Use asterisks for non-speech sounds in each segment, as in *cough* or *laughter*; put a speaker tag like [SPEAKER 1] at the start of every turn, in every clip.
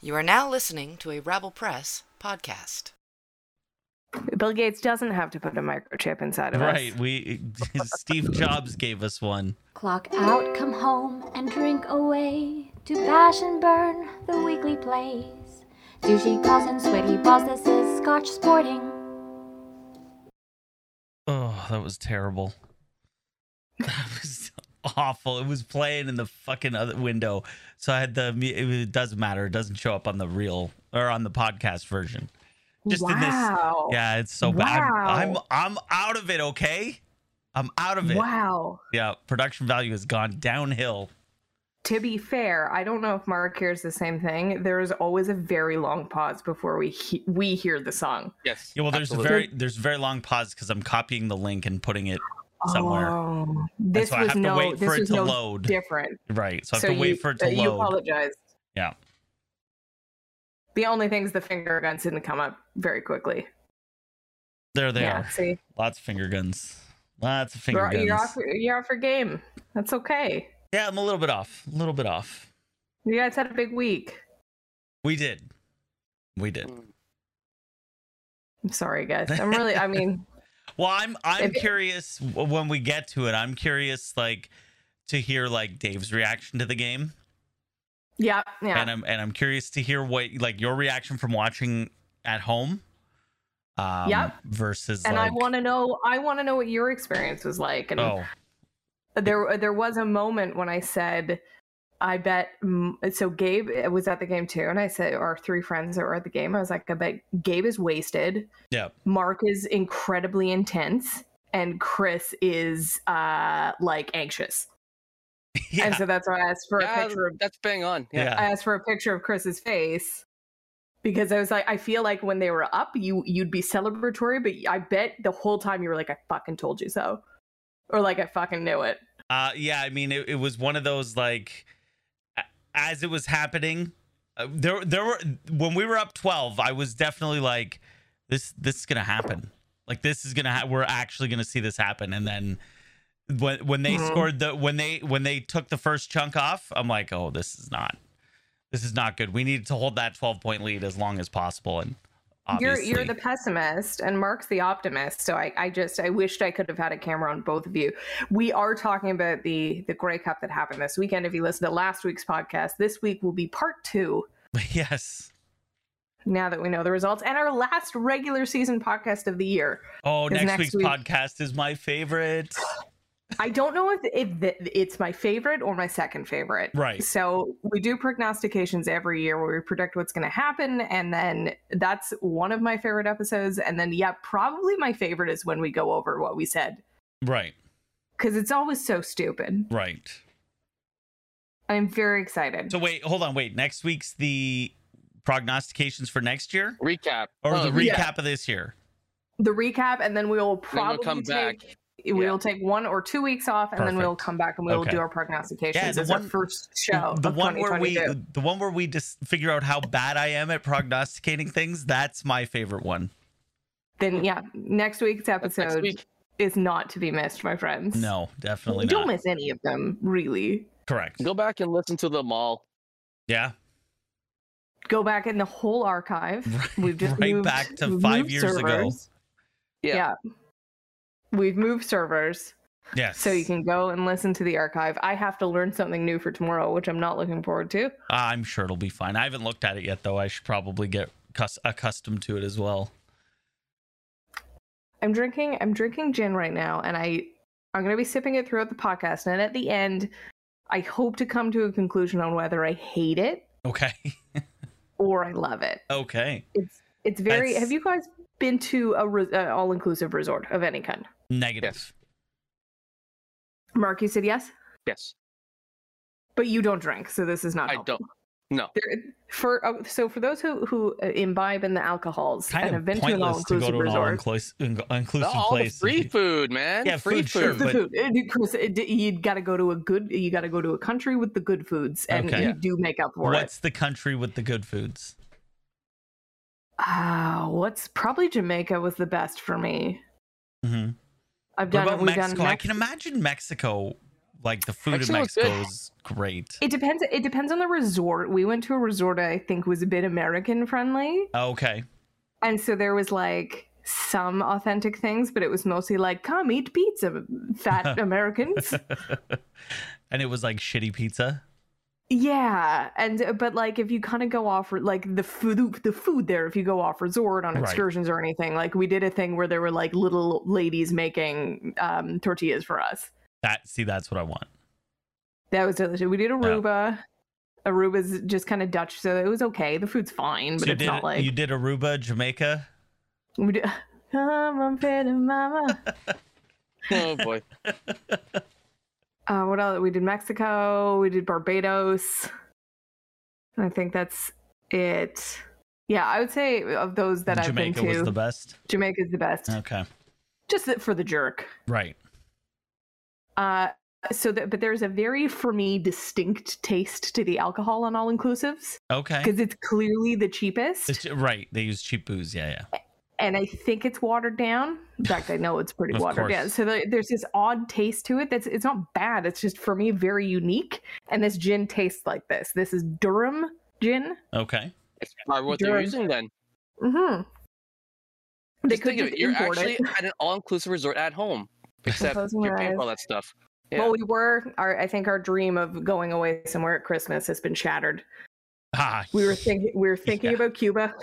[SPEAKER 1] You are now listening to a Rabble Press podcast.
[SPEAKER 2] Bill Gates doesn't have to put a microchip inside of
[SPEAKER 3] Right.
[SPEAKER 2] us.
[SPEAKER 3] We
[SPEAKER 2] *laughs*
[SPEAKER 3] *laughs* Steve Jobs gave us one.
[SPEAKER 4] Clock out, come home, and drink away to bash and burn the weekly plays. Douchey calls and sweaty balls, this is Scotch Sporting.
[SPEAKER 3] Oh, that was terrible. *laughs* That was awful. It was playing in the fucking other window. So I had the mu- it doesn't matter. It doesn't show up on the real or on the podcast version. Just in this
[SPEAKER 2] wow.
[SPEAKER 3] Yeah, it's so bad. I'm,
[SPEAKER 2] Oh, Wow.
[SPEAKER 3] I'm I'm out of it, okay? I'm out of it.
[SPEAKER 2] Wow.
[SPEAKER 3] Yeah, production value has gone downhill.
[SPEAKER 2] To be fair, I don't know if Mark hears the same thing. There is always a very long pause before we he- we hear the song.
[SPEAKER 5] Yes.
[SPEAKER 3] Yeah, well there's a
[SPEAKER 5] absolutely.
[SPEAKER 3] very there's a very long pause cuz I'm copying the link and putting it somewhere.
[SPEAKER 2] Oh, this
[SPEAKER 3] why I
[SPEAKER 2] was
[SPEAKER 3] have to
[SPEAKER 2] no.
[SPEAKER 3] wait
[SPEAKER 2] this
[SPEAKER 3] for it
[SPEAKER 2] was
[SPEAKER 3] to
[SPEAKER 2] no
[SPEAKER 3] load.
[SPEAKER 2] Different.
[SPEAKER 3] Right. So I have to wait
[SPEAKER 2] you,
[SPEAKER 3] for it to
[SPEAKER 2] uh, You
[SPEAKER 3] load.
[SPEAKER 2] apologized.
[SPEAKER 3] Yeah.
[SPEAKER 2] The only thing is the finger guns didn't come up very quickly.
[SPEAKER 3] There they
[SPEAKER 2] yeah,
[SPEAKER 3] are.
[SPEAKER 2] See,
[SPEAKER 3] Lots of finger guns. Lots of finger
[SPEAKER 2] you're,
[SPEAKER 3] guns.
[SPEAKER 2] you're off. You're off your game. That's okay.
[SPEAKER 3] Yeah, I'm a little bit off. A little bit off.
[SPEAKER 2] You guys had a big week.
[SPEAKER 3] We did. We did.
[SPEAKER 2] Hmm. I'm sorry, guys. I'm really. I mean, *laughs*
[SPEAKER 3] Well, I'm I'm
[SPEAKER 2] If it-
[SPEAKER 3] curious w- when we get to it. I'm curious like to hear like Dave's reaction to the game.
[SPEAKER 2] yeah, yeah.
[SPEAKER 3] And I'm and I'm curious to hear what like your reaction from watching at home. Um
[SPEAKER 2] Yep.
[SPEAKER 3] versus
[SPEAKER 2] and
[SPEAKER 3] like
[SPEAKER 2] I want to know. I want to know what your experience was like. And
[SPEAKER 3] Oh, *laughs*
[SPEAKER 2] there, there was a moment when I said, "I bet." mm, So Gabe was at the game too, and I said, "Our three friends that were at the game." I was like, "I bet Gabe is wasted.
[SPEAKER 3] yeah.
[SPEAKER 2] Mark is incredibly intense, and Chris is uh like anxious."
[SPEAKER 3] Yeah.
[SPEAKER 2] And so that's why I asked for a
[SPEAKER 5] Yeah,
[SPEAKER 2] picture of
[SPEAKER 5] that's bang on. Yeah.
[SPEAKER 3] yeah.
[SPEAKER 2] I asked for a picture of Chris's face because I was like, I feel like when they were up, you you'd be celebratory, but I bet the whole time you were like, I fucking told you so, or like I fucking knew it.
[SPEAKER 3] Uh, yeah, I mean, it, it was one of those like, a- as it was happening, uh, there there were when we were up twelve, I was definitely like, this this is gonna happen. Like this is gonna ha- we're actually gonna see this happen. And then when when they
[SPEAKER 2] Mhm.
[SPEAKER 3] scored the when they when they took the first chunk off, I'm like, oh, this is not this is not good. We need to hold that twelve point lead as long as possible. And obviously,
[SPEAKER 2] You're you're the pessimist and Mark's the optimist, so I I just I wished I could have had a camera on both of you. We are talking about the the Grey Cup that happened this weekend. If you listen to last week's podcast, this week will be part two.
[SPEAKER 3] *laughs* yes.
[SPEAKER 2] Now that we know the results and our last regular season podcast of the year.
[SPEAKER 3] Oh,
[SPEAKER 2] Is
[SPEAKER 3] next,
[SPEAKER 2] next
[SPEAKER 3] week's
[SPEAKER 2] week-
[SPEAKER 3] podcast is my favorite.
[SPEAKER 2] I don't know if, if th- it's my favorite or my second favorite.
[SPEAKER 3] Right.
[SPEAKER 2] So we do prognostications every year where we predict what's going to happen. And then that's one of my favorite episodes. And then, yeah, probably my favorite is when we go over what we said
[SPEAKER 3] Right,
[SPEAKER 2] because it's always so stupid.
[SPEAKER 3] right.
[SPEAKER 2] I'm very excited.
[SPEAKER 3] So wait, hold on, wait. Next week's the prognostications for next year,
[SPEAKER 5] Recap.
[SPEAKER 3] or the
[SPEAKER 5] Oh,
[SPEAKER 3] recap of this year.
[SPEAKER 2] the recap, and then we will probably
[SPEAKER 5] come back.
[SPEAKER 2] take. We
[SPEAKER 5] Yeah.
[SPEAKER 2] will take one or two weeks off, and then
[SPEAKER 3] Perfect.
[SPEAKER 2] we'll come back and we will
[SPEAKER 3] Okay.
[SPEAKER 2] do our prognostications.
[SPEAKER 3] Yeah, the
[SPEAKER 2] as our
[SPEAKER 3] one-
[SPEAKER 2] first show.
[SPEAKER 3] the
[SPEAKER 2] of
[SPEAKER 3] one where we,
[SPEAKER 2] 2022.
[SPEAKER 3] the one where we just figure out how bad I am at prognosticating things. That's my favorite one.
[SPEAKER 2] then yeah, next week's
[SPEAKER 5] That's
[SPEAKER 2] episode
[SPEAKER 5] *laughs* next week.
[SPEAKER 2] is not to be missed, my friends.
[SPEAKER 3] No, definitely
[SPEAKER 2] don't
[SPEAKER 3] not.
[SPEAKER 2] miss any of them, really.
[SPEAKER 3] Correct.
[SPEAKER 5] Go back and listen to them all.
[SPEAKER 3] Yeah,
[SPEAKER 2] Go back in the whole archive. *laughs*
[SPEAKER 3] Right-
[SPEAKER 2] We've just
[SPEAKER 3] right
[SPEAKER 2] moved-
[SPEAKER 3] back to
[SPEAKER 2] we've
[SPEAKER 3] five
[SPEAKER 2] moved
[SPEAKER 3] years ago.
[SPEAKER 2] servers.
[SPEAKER 5] Yeah.
[SPEAKER 2] We've moved servers,
[SPEAKER 3] yes.
[SPEAKER 2] so you can go and listen to the archive. I have to learn something new for tomorrow, which I'm not looking forward to.
[SPEAKER 3] Ah, I'm sure it'll be fine. I haven't looked at it yet, though. I should probably get cus- accustomed to it as well. *laughs*
[SPEAKER 2] I'm drinking I'm drinking gin right now and I I'm going to be sipping it throughout the podcast and at the end I hope to come to a conclusion on whether I hate it
[SPEAKER 3] Okay.
[SPEAKER 2] or I love it.
[SPEAKER 3] okay.
[SPEAKER 2] It's it's very
[SPEAKER 3] That's-
[SPEAKER 2] Have you guys been to a re- uh, all-inclusive resort of any kind?
[SPEAKER 3] Negative.
[SPEAKER 5] Yes.
[SPEAKER 2] Mark, you said yes,
[SPEAKER 5] Yes.
[SPEAKER 2] but you don't drink, so this is not
[SPEAKER 5] I
[SPEAKER 2] helpful.
[SPEAKER 5] don't. No.
[SPEAKER 2] There, for oh, so for those who who uh, imbibe in the alcohols and
[SPEAKER 3] Kind
[SPEAKER 2] have
[SPEAKER 3] of
[SPEAKER 2] been to an
[SPEAKER 3] pointless to go
[SPEAKER 2] all-inclusive
[SPEAKER 3] to an all
[SPEAKER 2] resort,
[SPEAKER 3] inclusive
[SPEAKER 5] all
[SPEAKER 3] place.
[SPEAKER 5] the free food, man.
[SPEAKER 3] Yeah,
[SPEAKER 5] free
[SPEAKER 3] food, sure,
[SPEAKER 2] the
[SPEAKER 3] but-
[SPEAKER 2] food, It- Chris, it- you got to go to a good, you got to go to a country with the good foods, and
[SPEAKER 3] Okay.
[SPEAKER 2] you do make up for
[SPEAKER 3] What's the country with the good foods?
[SPEAKER 2] it. Ah, what's probably Jamaica was the best for me.
[SPEAKER 3] Mm-hmm.
[SPEAKER 2] I've
[SPEAKER 3] What
[SPEAKER 2] done
[SPEAKER 3] about
[SPEAKER 2] we've done
[SPEAKER 3] Mexico? I
[SPEAKER 2] Mex-
[SPEAKER 3] can imagine Mexico Like the food in
[SPEAKER 5] Mexico is
[SPEAKER 3] Mexico
[SPEAKER 5] good.
[SPEAKER 3] is great.
[SPEAKER 2] It depends. It depends on the resort. We went to a resort I think was a bit American friendly,
[SPEAKER 3] Okay. *laughs*
[SPEAKER 2] and so there was like some authentic things, but it was mostly like, "Come eat pizza,
[SPEAKER 3] *laughs*
[SPEAKER 2] fat Americans."
[SPEAKER 3] and it was like shitty pizza.
[SPEAKER 2] Yeah, and uh, but like if you kind of go off like the food, the food there. If you go off resort on
[SPEAKER 3] Right.
[SPEAKER 2] excursions or anything, like we did a thing where there were like little ladies making um, tortillas for us.
[SPEAKER 3] That see, that's what I want.
[SPEAKER 2] That was delicious. We did Aruba. Aruba's just kind of Dutch, so it was okay. The food's fine, but
[SPEAKER 3] So you
[SPEAKER 2] it's
[SPEAKER 3] did
[SPEAKER 2] not like
[SPEAKER 3] you did Aruba, Jamaica.
[SPEAKER 2] we did. *laughs* Come on, baby mama.
[SPEAKER 5] *laughs* Oh boy.
[SPEAKER 2] Uh, what else? We did Mexico. We did Barbados. And I think that's it. Yeah, I would say of those that
[SPEAKER 3] Jamaica
[SPEAKER 2] I've been to,
[SPEAKER 3] was the best.
[SPEAKER 2] Jamaica's the best.
[SPEAKER 3] Okay.
[SPEAKER 2] Just that for the jerk.
[SPEAKER 3] Right.
[SPEAKER 2] Uh, so, that, but there's a very, for me, distinct taste to the alcohol on all inclusives
[SPEAKER 3] Okay.
[SPEAKER 2] because it's clearly the cheapest,
[SPEAKER 3] It's- right. They use cheap booze. Yeah, yeah.
[SPEAKER 2] and I think it's watered down. In fact, I know it's pretty
[SPEAKER 3] Of
[SPEAKER 2] watered down.
[SPEAKER 3] course.
[SPEAKER 2] So there, there's this odd taste to it. That's it's not bad. It's just for me very unique. And this gin tastes like this. This is Durham gin.
[SPEAKER 3] Okay.
[SPEAKER 5] That's probably what they're
[SPEAKER 2] Durham.
[SPEAKER 5] using then.
[SPEAKER 2] Mm-hmm. They
[SPEAKER 5] Just
[SPEAKER 2] could
[SPEAKER 5] think of
[SPEAKER 2] just
[SPEAKER 5] it, You're
[SPEAKER 2] import
[SPEAKER 5] actually
[SPEAKER 2] it.
[SPEAKER 5] at an all-inclusive resort
[SPEAKER 2] *laughs*
[SPEAKER 5] at home, except
[SPEAKER 2] Closing
[SPEAKER 5] you're
[SPEAKER 2] your
[SPEAKER 5] paying for
[SPEAKER 2] eyes.
[SPEAKER 5] all that stuff. yeah.
[SPEAKER 2] Well, we were. Our, I think our dream of going away somewhere at Christmas has been shattered.
[SPEAKER 3] Ah.
[SPEAKER 2] We were thinking. We were thinking
[SPEAKER 3] Yeah.
[SPEAKER 2] about Cuba.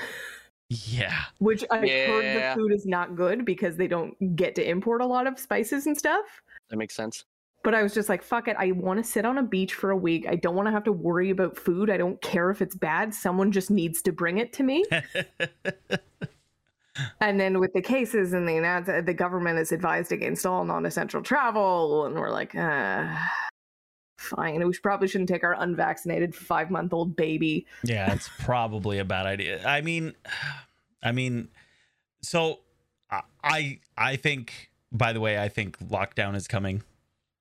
[SPEAKER 3] Yeah. *laughs*
[SPEAKER 2] Which I've
[SPEAKER 5] Yeah.
[SPEAKER 2] heard the food is not good because they don't get to import a lot of spices and stuff.
[SPEAKER 5] That makes sense.
[SPEAKER 2] But I was just like, fuck it. I want to sit on a beach for a week. I don't want to have to worry about food. I don't care if it's bad. Someone just needs to bring it to me. and then with the cases and the announce- the government is advised against all non-essential travel, and we're like, uh, fine. We should- probably shouldn't take our unvaccinated five-month-old baby.
[SPEAKER 3] Yeah, it's probably a bad idea. I mean, *sighs* I mean, so I- I I think. By the way, I think lockdown is coming,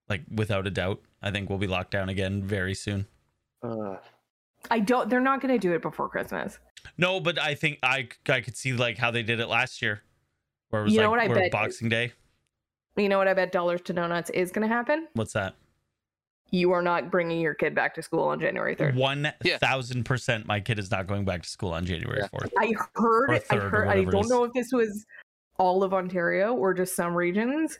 [SPEAKER 3] like without a doubt. I think we'll be locked down again very soon.
[SPEAKER 5] Uh,
[SPEAKER 2] I don't. They're not going to do it before Christmas.
[SPEAKER 3] No, but I think I I could see like how they did it last year, where it was
[SPEAKER 2] You know
[SPEAKER 3] like
[SPEAKER 2] what I
[SPEAKER 3] where
[SPEAKER 2] bet-
[SPEAKER 3] Boxing Day.
[SPEAKER 2] You know what? I bet dollars to donuts is going to happen.
[SPEAKER 3] What's that?
[SPEAKER 2] you are not bringing your kid back to school on January 3rd.
[SPEAKER 3] One thousand percent. My kid is not going back to school on January
[SPEAKER 5] Yeah.
[SPEAKER 3] fourth.
[SPEAKER 2] I
[SPEAKER 3] Or
[SPEAKER 2] heard, I
[SPEAKER 3] third, or
[SPEAKER 2] heard, I
[SPEAKER 3] whatever it
[SPEAKER 2] don't
[SPEAKER 3] is.
[SPEAKER 2] know if this was all of Ontario or just some regions,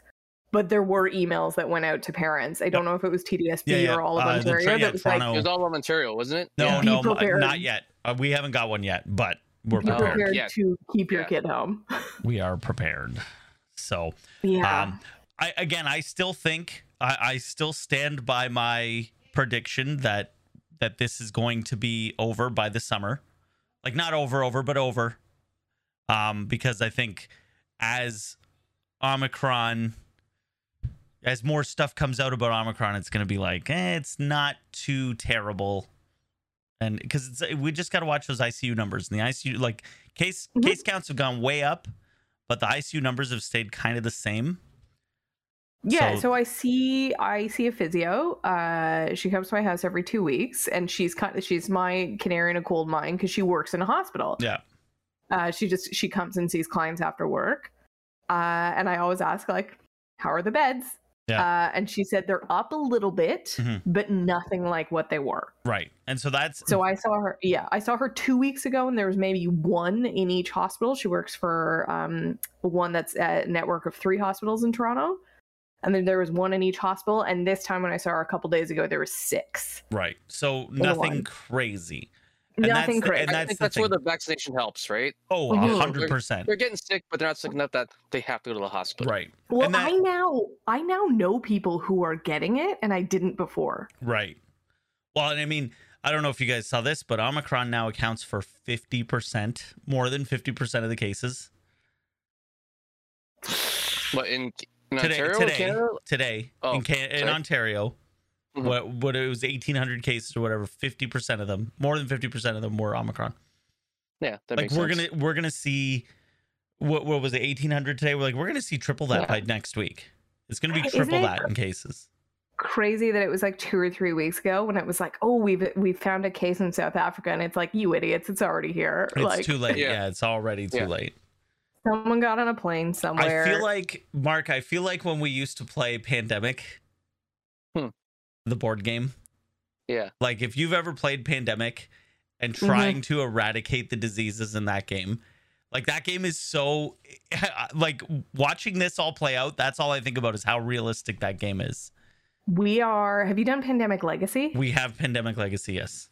[SPEAKER 2] but there were emails that went out to parents. I don't know if it was TDSB
[SPEAKER 3] Yeah, yeah.
[SPEAKER 2] or all of
[SPEAKER 3] Uh, the
[SPEAKER 2] Ontario.
[SPEAKER 3] Tri- yeah,
[SPEAKER 2] that was
[SPEAKER 3] Toronto.
[SPEAKER 5] It was all Ontario, wasn't it?
[SPEAKER 3] No,
[SPEAKER 5] Yeah.
[SPEAKER 3] no,
[SPEAKER 2] Be
[SPEAKER 3] m-
[SPEAKER 2] prepared.
[SPEAKER 3] not yet. Uh, we haven't got one yet, but we're
[SPEAKER 2] like, be
[SPEAKER 3] prepared.
[SPEAKER 2] prepared
[SPEAKER 5] Yeah.
[SPEAKER 2] to keep your
[SPEAKER 5] Yeah.
[SPEAKER 2] kid home. *laughs*
[SPEAKER 3] We are prepared. So.
[SPEAKER 2] Yeah.
[SPEAKER 3] Um, I again, I still think I, I still stand by my prediction that that this is going to be over by the summer, like not over over, but over, um, because I think as Omicron, as more stuff comes out about Omicron, it's going to be like eh, it's not too terrible. And because we just got to watch those ICU numbers and the ICU, like case
[SPEAKER 2] Mhm.
[SPEAKER 3] case counts have gone way up, but the ICU numbers have stayed kind of the same.
[SPEAKER 2] yeah.
[SPEAKER 3] so-
[SPEAKER 2] So, I see, I see a physio. Uh, she comes to my house every two weeks and she's kind of, she's my canary in a coal mine because she works in a hospital.
[SPEAKER 3] Yeah.
[SPEAKER 2] Uh, she just she comes and sees clients after work, uh, and I always ask like, "How are the beds?"
[SPEAKER 3] Yeah.
[SPEAKER 2] Uh, and she said they're up a little bit,
[SPEAKER 3] Mhm.
[SPEAKER 2] but nothing like what they were.
[SPEAKER 3] Right. And so that's
[SPEAKER 2] So I saw her. Yeah, I saw her two weeks ago, and there was maybe one in each hospital. She works for um, one that's a network of three hospitals in Toronto, and then there was one in each hospital. And this time, when I saw her a couple days ago, there was six.
[SPEAKER 3] right. So nothing
[SPEAKER 2] line.
[SPEAKER 3] crazy. that's
[SPEAKER 2] nothing
[SPEAKER 3] the-
[SPEAKER 2] crazy.
[SPEAKER 3] and
[SPEAKER 5] I
[SPEAKER 3] that's
[SPEAKER 5] think
[SPEAKER 3] the
[SPEAKER 5] that's where
[SPEAKER 3] thing.
[SPEAKER 5] the vaccination helps, right?
[SPEAKER 3] Oh,
[SPEAKER 2] Mhm.
[SPEAKER 3] a hundred percent.
[SPEAKER 5] They're getting sick, but they're not sick enough that they have to go to the hospital.
[SPEAKER 3] Right.
[SPEAKER 2] well,
[SPEAKER 3] and that-
[SPEAKER 2] I now I now know people who are getting it, and I didn't before.
[SPEAKER 3] Right. Well, and I mean, I don't know if you guys saw this, but Omicron now accounts for fifty percent, more than fifty percent of the cases
[SPEAKER 5] But in, in
[SPEAKER 3] today.
[SPEAKER 5] Ontario,
[SPEAKER 3] today,
[SPEAKER 5] Canada,
[SPEAKER 3] today
[SPEAKER 5] Oh,
[SPEAKER 3] in, Can- in
[SPEAKER 5] sorry.
[SPEAKER 3] Ontario,
[SPEAKER 5] Mhm.
[SPEAKER 3] what what it was eighteen hundred cases or whatever. Fifty percent of them, more than fifty percent of them, were Omicron.
[SPEAKER 5] yeah, that
[SPEAKER 3] like
[SPEAKER 5] makes
[SPEAKER 3] we're
[SPEAKER 5] sense.
[SPEAKER 3] gonna we're gonna see what what was it eighteen hundred today? We're like we're gonna see triple that
[SPEAKER 2] Yeah.
[SPEAKER 3] by next week. It's gonna be
[SPEAKER 2] Isn't
[SPEAKER 3] triple
[SPEAKER 2] it
[SPEAKER 3] that in cases.
[SPEAKER 2] crazy that it was like two or three weeks ago when it was like, oh, we've we found a case in South Africa, and it's like, you idiots, it's already here.
[SPEAKER 3] It's
[SPEAKER 2] like
[SPEAKER 3] too late. Yeah.
[SPEAKER 5] Yeah.
[SPEAKER 3] it's already too
[SPEAKER 5] Yeah.
[SPEAKER 3] late.
[SPEAKER 2] someone got on a plane somewhere.
[SPEAKER 3] I feel like Mark. I feel like when we used to play Pandemic,
[SPEAKER 5] Hmm.
[SPEAKER 3] the board game.
[SPEAKER 5] Yeah.
[SPEAKER 3] Like if you've ever played Pandemic and
[SPEAKER 2] Mm-hmm.
[SPEAKER 3] trying to eradicate the diseases in that game, like that game is so *laughs* like watching this all play out, that's all I think about is how realistic that game is.
[SPEAKER 2] We are. Have you done Pandemic Legacy?
[SPEAKER 3] We have Pandemic Legacy, yes.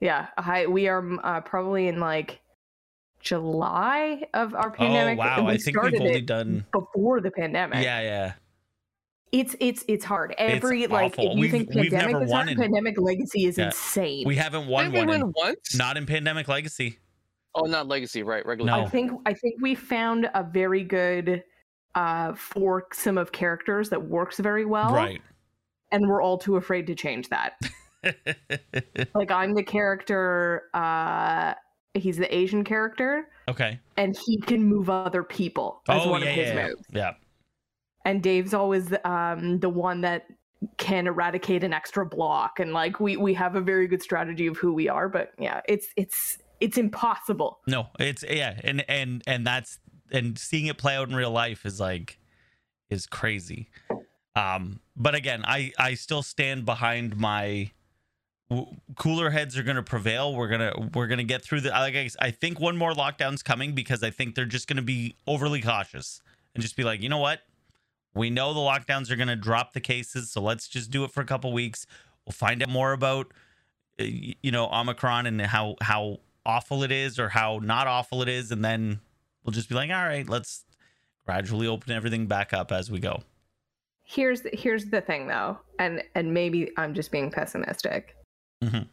[SPEAKER 2] yeah, I, we are um, uh, probably in like July of our pandemic.
[SPEAKER 3] oh wow,
[SPEAKER 2] and we
[SPEAKER 3] I think
[SPEAKER 2] started
[SPEAKER 3] we've only
[SPEAKER 2] it
[SPEAKER 3] done
[SPEAKER 2] before the pandemic.
[SPEAKER 3] Yeah, yeah.
[SPEAKER 2] it's it's it's hard. Every like,
[SPEAKER 3] awful.
[SPEAKER 2] if you
[SPEAKER 3] We've-
[SPEAKER 2] think
[SPEAKER 3] we've
[SPEAKER 2] pandemic
[SPEAKER 3] never
[SPEAKER 2] is
[SPEAKER 3] won
[SPEAKER 2] hard,
[SPEAKER 3] in-
[SPEAKER 2] pandemic legacy is
[SPEAKER 3] Yeah.
[SPEAKER 2] insane.
[SPEAKER 3] We haven't won
[SPEAKER 5] Didn't we
[SPEAKER 3] one.
[SPEAKER 5] win
[SPEAKER 3] in-
[SPEAKER 5] once?
[SPEAKER 3] Not in Pandemic Legacy.
[SPEAKER 5] Oh, not legacy, right? Regular.
[SPEAKER 3] No.
[SPEAKER 2] I think I think we found a very good uh foursome of characters that works very well,
[SPEAKER 3] Right. *laughs*
[SPEAKER 2] and we're all too afraid to change that. like I'm the character, uh he's the Asian character,
[SPEAKER 3] okay.
[SPEAKER 2] and he can move other people as one
[SPEAKER 3] Oh yeah,
[SPEAKER 2] of his
[SPEAKER 3] yeah, yeah.
[SPEAKER 2] moves.
[SPEAKER 3] yeah.
[SPEAKER 2] and Dave's always the, um, the one that can eradicate an extra block, and like we we have a very good strategy of who we are, but yeah, it's it's it's impossible.
[SPEAKER 3] No, it's yeah, and and and that's and seeing it play out in real life is like is crazy. Um, but again, I I still stand behind my w- cooler heads are going to prevail. We're gonna we're gonna get through the. Like I, I think one more lockdown's coming because I think they're just going to be overly cautious and just be like, you know what, we know the lockdowns are going to drop the cases, so let's just do it for a couple weeks. We'll find out more about uh, y- you know Omicron and how how awful it is or how not awful it is, and then we'll just be like, all right, let's gradually open everything back up as we go.
[SPEAKER 2] Here's the, here's the thing though, and and maybe I'm just being pessimistic.
[SPEAKER 3] Mhm.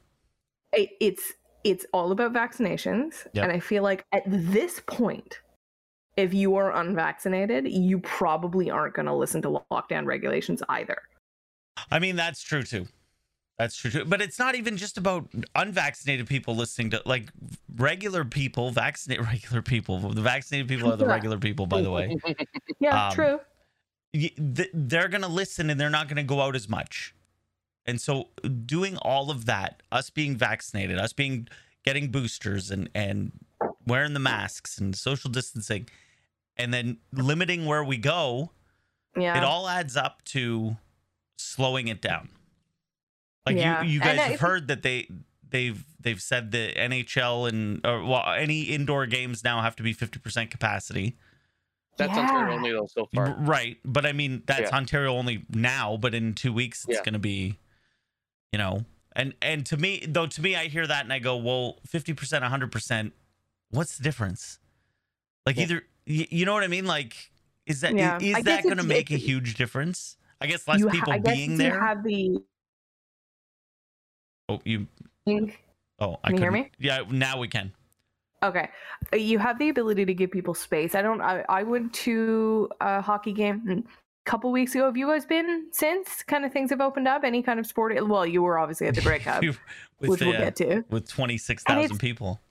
[SPEAKER 2] It, it's it's all about vaccinations,
[SPEAKER 3] Yep.
[SPEAKER 2] and I feel like at this point. If you are unvaccinated, you probably aren't going to listen to lockdown regulations either.
[SPEAKER 3] I mean, that's true too. That's true too. But it's not even just about unvaccinated people listening to like regular people, vaccinate *laughs* regular people. The vaccinated people are the
[SPEAKER 2] Yeah.
[SPEAKER 3] regular people, by the way. *laughs*
[SPEAKER 2] Yeah,
[SPEAKER 3] Um,
[SPEAKER 2] true.
[SPEAKER 3] Y- th- they're going to listen and they're not going to go out as much. And so doing all of that, us being vaccinated, us being getting boosters and and wearing the masks and social distancing and then limiting where we go,
[SPEAKER 2] Yeah.
[SPEAKER 3] it all adds up to slowing it down. Like
[SPEAKER 2] Yeah.
[SPEAKER 3] you, you
[SPEAKER 2] And
[SPEAKER 3] guys
[SPEAKER 2] I
[SPEAKER 3] have
[SPEAKER 2] think-
[SPEAKER 3] heard that they they've they've said the NHL and or, well any indoor games now have to be fifty percent capacity.
[SPEAKER 5] That's Ontario only though so far.
[SPEAKER 3] R- Right, but I mean that's
[SPEAKER 5] Yeah.
[SPEAKER 3] Ontario only now, but in two weeks it's
[SPEAKER 5] Yeah.
[SPEAKER 3] going to be, you know, and and to me though to me I hear that and I go well fifty percent hundred percent, what's the difference? Like
[SPEAKER 5] Yeah.
[SPEAKER 3] either y- you know what I mean? Like is that i-
[SPEAKER 2] Yeah.
[SPEAKER 3] is
[SPEAKER 2] I guess
[SPEAKER 3] that going to
[SPEAKER 2] it's-
[SPEAKER 3] make a
[SPEAKER 2] it's-
[SPEAKER 3] huge difference? I guess less
[SPEAKER 2] You ha-
[SPEAKER 3] people
[SPEAKER 2] I guess
[SPEAKER 3] being
[SPEAKER 2] you
[SPEAKER 3] there.
[SPEAKER 2] have the
[SPEAKER 3] oh, you
[SPEAKER 2] think-
[SPEAKER 3] oh I
[SPEAKER 2] Can you hear
[SPEAKER 3] couldn't-
[SPEAKER 2] me?
[SPEAKER 3] Yeah, now we can.
[SPEAKER 2] Okay, uh, you have the ability to give people space. I don't. I, I went to a hockey game a couple weeks ago. Have you guys been since? Kind of things have opened up. Any kind of sport? Well, you were obviously at the Grey Cup,
[SPEAKER 3] You- *laughs* with
[SPEAKER 2] which
[SPEAKER 3] the,
[SPEAKER 2] we'll
[SPEAKER 3] uh,
[SPEAKER 2] get to.
[SPEAKER 3] with twenty six thousand
[SPEAKER 2] it's-
[SPEAKER 3] people.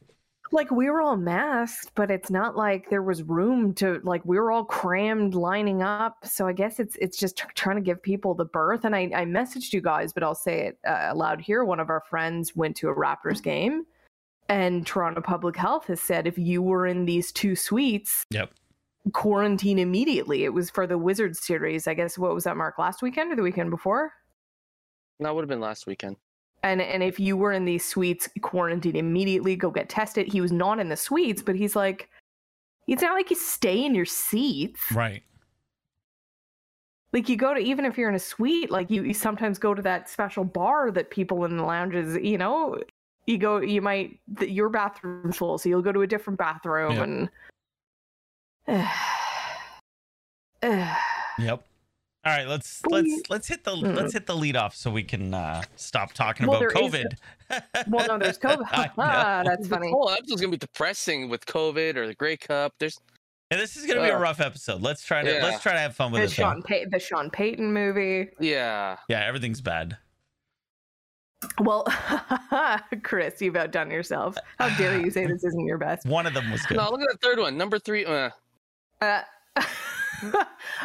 [SPEAKER 2] Like we were all masked, but it's not like there was room to. Like we were all crammed, lining up. So I guess it's it's just tr- trying to give people the berth. And I I messaged you guys, but I'll say it uh, aloud here. One of our friends went to a Raptors game. and Toronto Public Health has said if you were in these two suites,
[SPEAKER 3] Yep.
[SPEAKER 2] quarantine immediately. It was for the Wizards series. I guess what was that, Mark? Last weekend or the weekend before?
[SPEAKER 5] That would have been last weekend.
[SPEAKER 2] And and if you were in these suites, quarantine immediately. Go get tested. He was not in the suites, but he's like, it's not like you stay in your seats.
[SPEAKER 3] Right.
[SPEAKER 2] Like you go to even if you're in a suite, like you, you sometimes go to that special bar that people in the lounges, you know, you go you might th your bathroom's full, so you'll go to a different bathroom
[SPEAKER 3] Yeah.
[SPEAKER 2] and
[SPEAKER 3] Yep. All right, let's
[SPEAKER 2] Boing.
[SPEAKER 3] let's let's hit the
[SPEAKER 2] Mm.
[SPEAKER 3] let's hit the lead off so we can uh, stop talking
[SPEAKER 2] Well,
[SPEAKER 3] about
[SPEAKER 2] there is
[SPEAKER 3] COVID.
[SPEAKER 2] *sighs* well no
[SPEAKER 3] *laughs*
[SPEAKER 2] there's COVID.
[SPEAKER 3] I know.
[SPEAKER 2] Ah, *laughs* That's funny.
[SPEAKER 5] Oh, that's just gonna be depressing with COVID or the Grey Cup. There's
[SPEAKER 3] And this is gonna be a
[SPEAKER 5] Ugh.
[SPEAKER 3] rough episode. Let's try to
[SPEAKER 5] Yeah.
[SPEAKER 3] let's try to have fun with
[SPEAKER 2] The
[SPEAKER 3] it. though.
[SPEAKER 2] Sean Pay- the Sean Payton movie.
[SPEAKER 5] yeah.
[SPEAKER 3] Yeah, everything's bad.
[SPEAKER 2] Well *laughs* Chris, you've outdone yourself. How dare you say this isn't your best?
[SPEAKER 3] One of them was good.
[SPEAKER 5] No, look at the third one. Number three. Uh,
[SPEAKER 2] Uh, *laughs*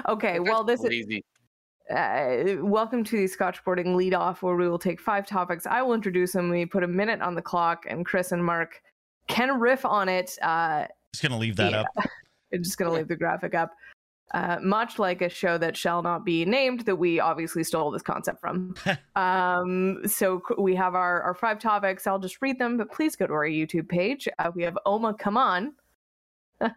[SPEAKER 2] okay, well this is
[SPEAKER 5] lazy.
[SPEAKER 2] Uh, welcome to the Scotchboarding lead off, where we will take five topics. I will introduce them. We put a minute on the clock, and Chris and Mark can riff on it. Uh,
[SPEAKER 3] Just gonna leave that
[SPEAKER 2] Yeah.
[SPEAKER 3] up.
[SPEAKER 2] I'm just going to leave the graphic up. uh, much like a show that shall not be named that we obviously stole this concept from. um, so c- we have our, our five topics. I'll just read them, but please go to our YouTube page. Uh, we have Oma Come On. *laughs*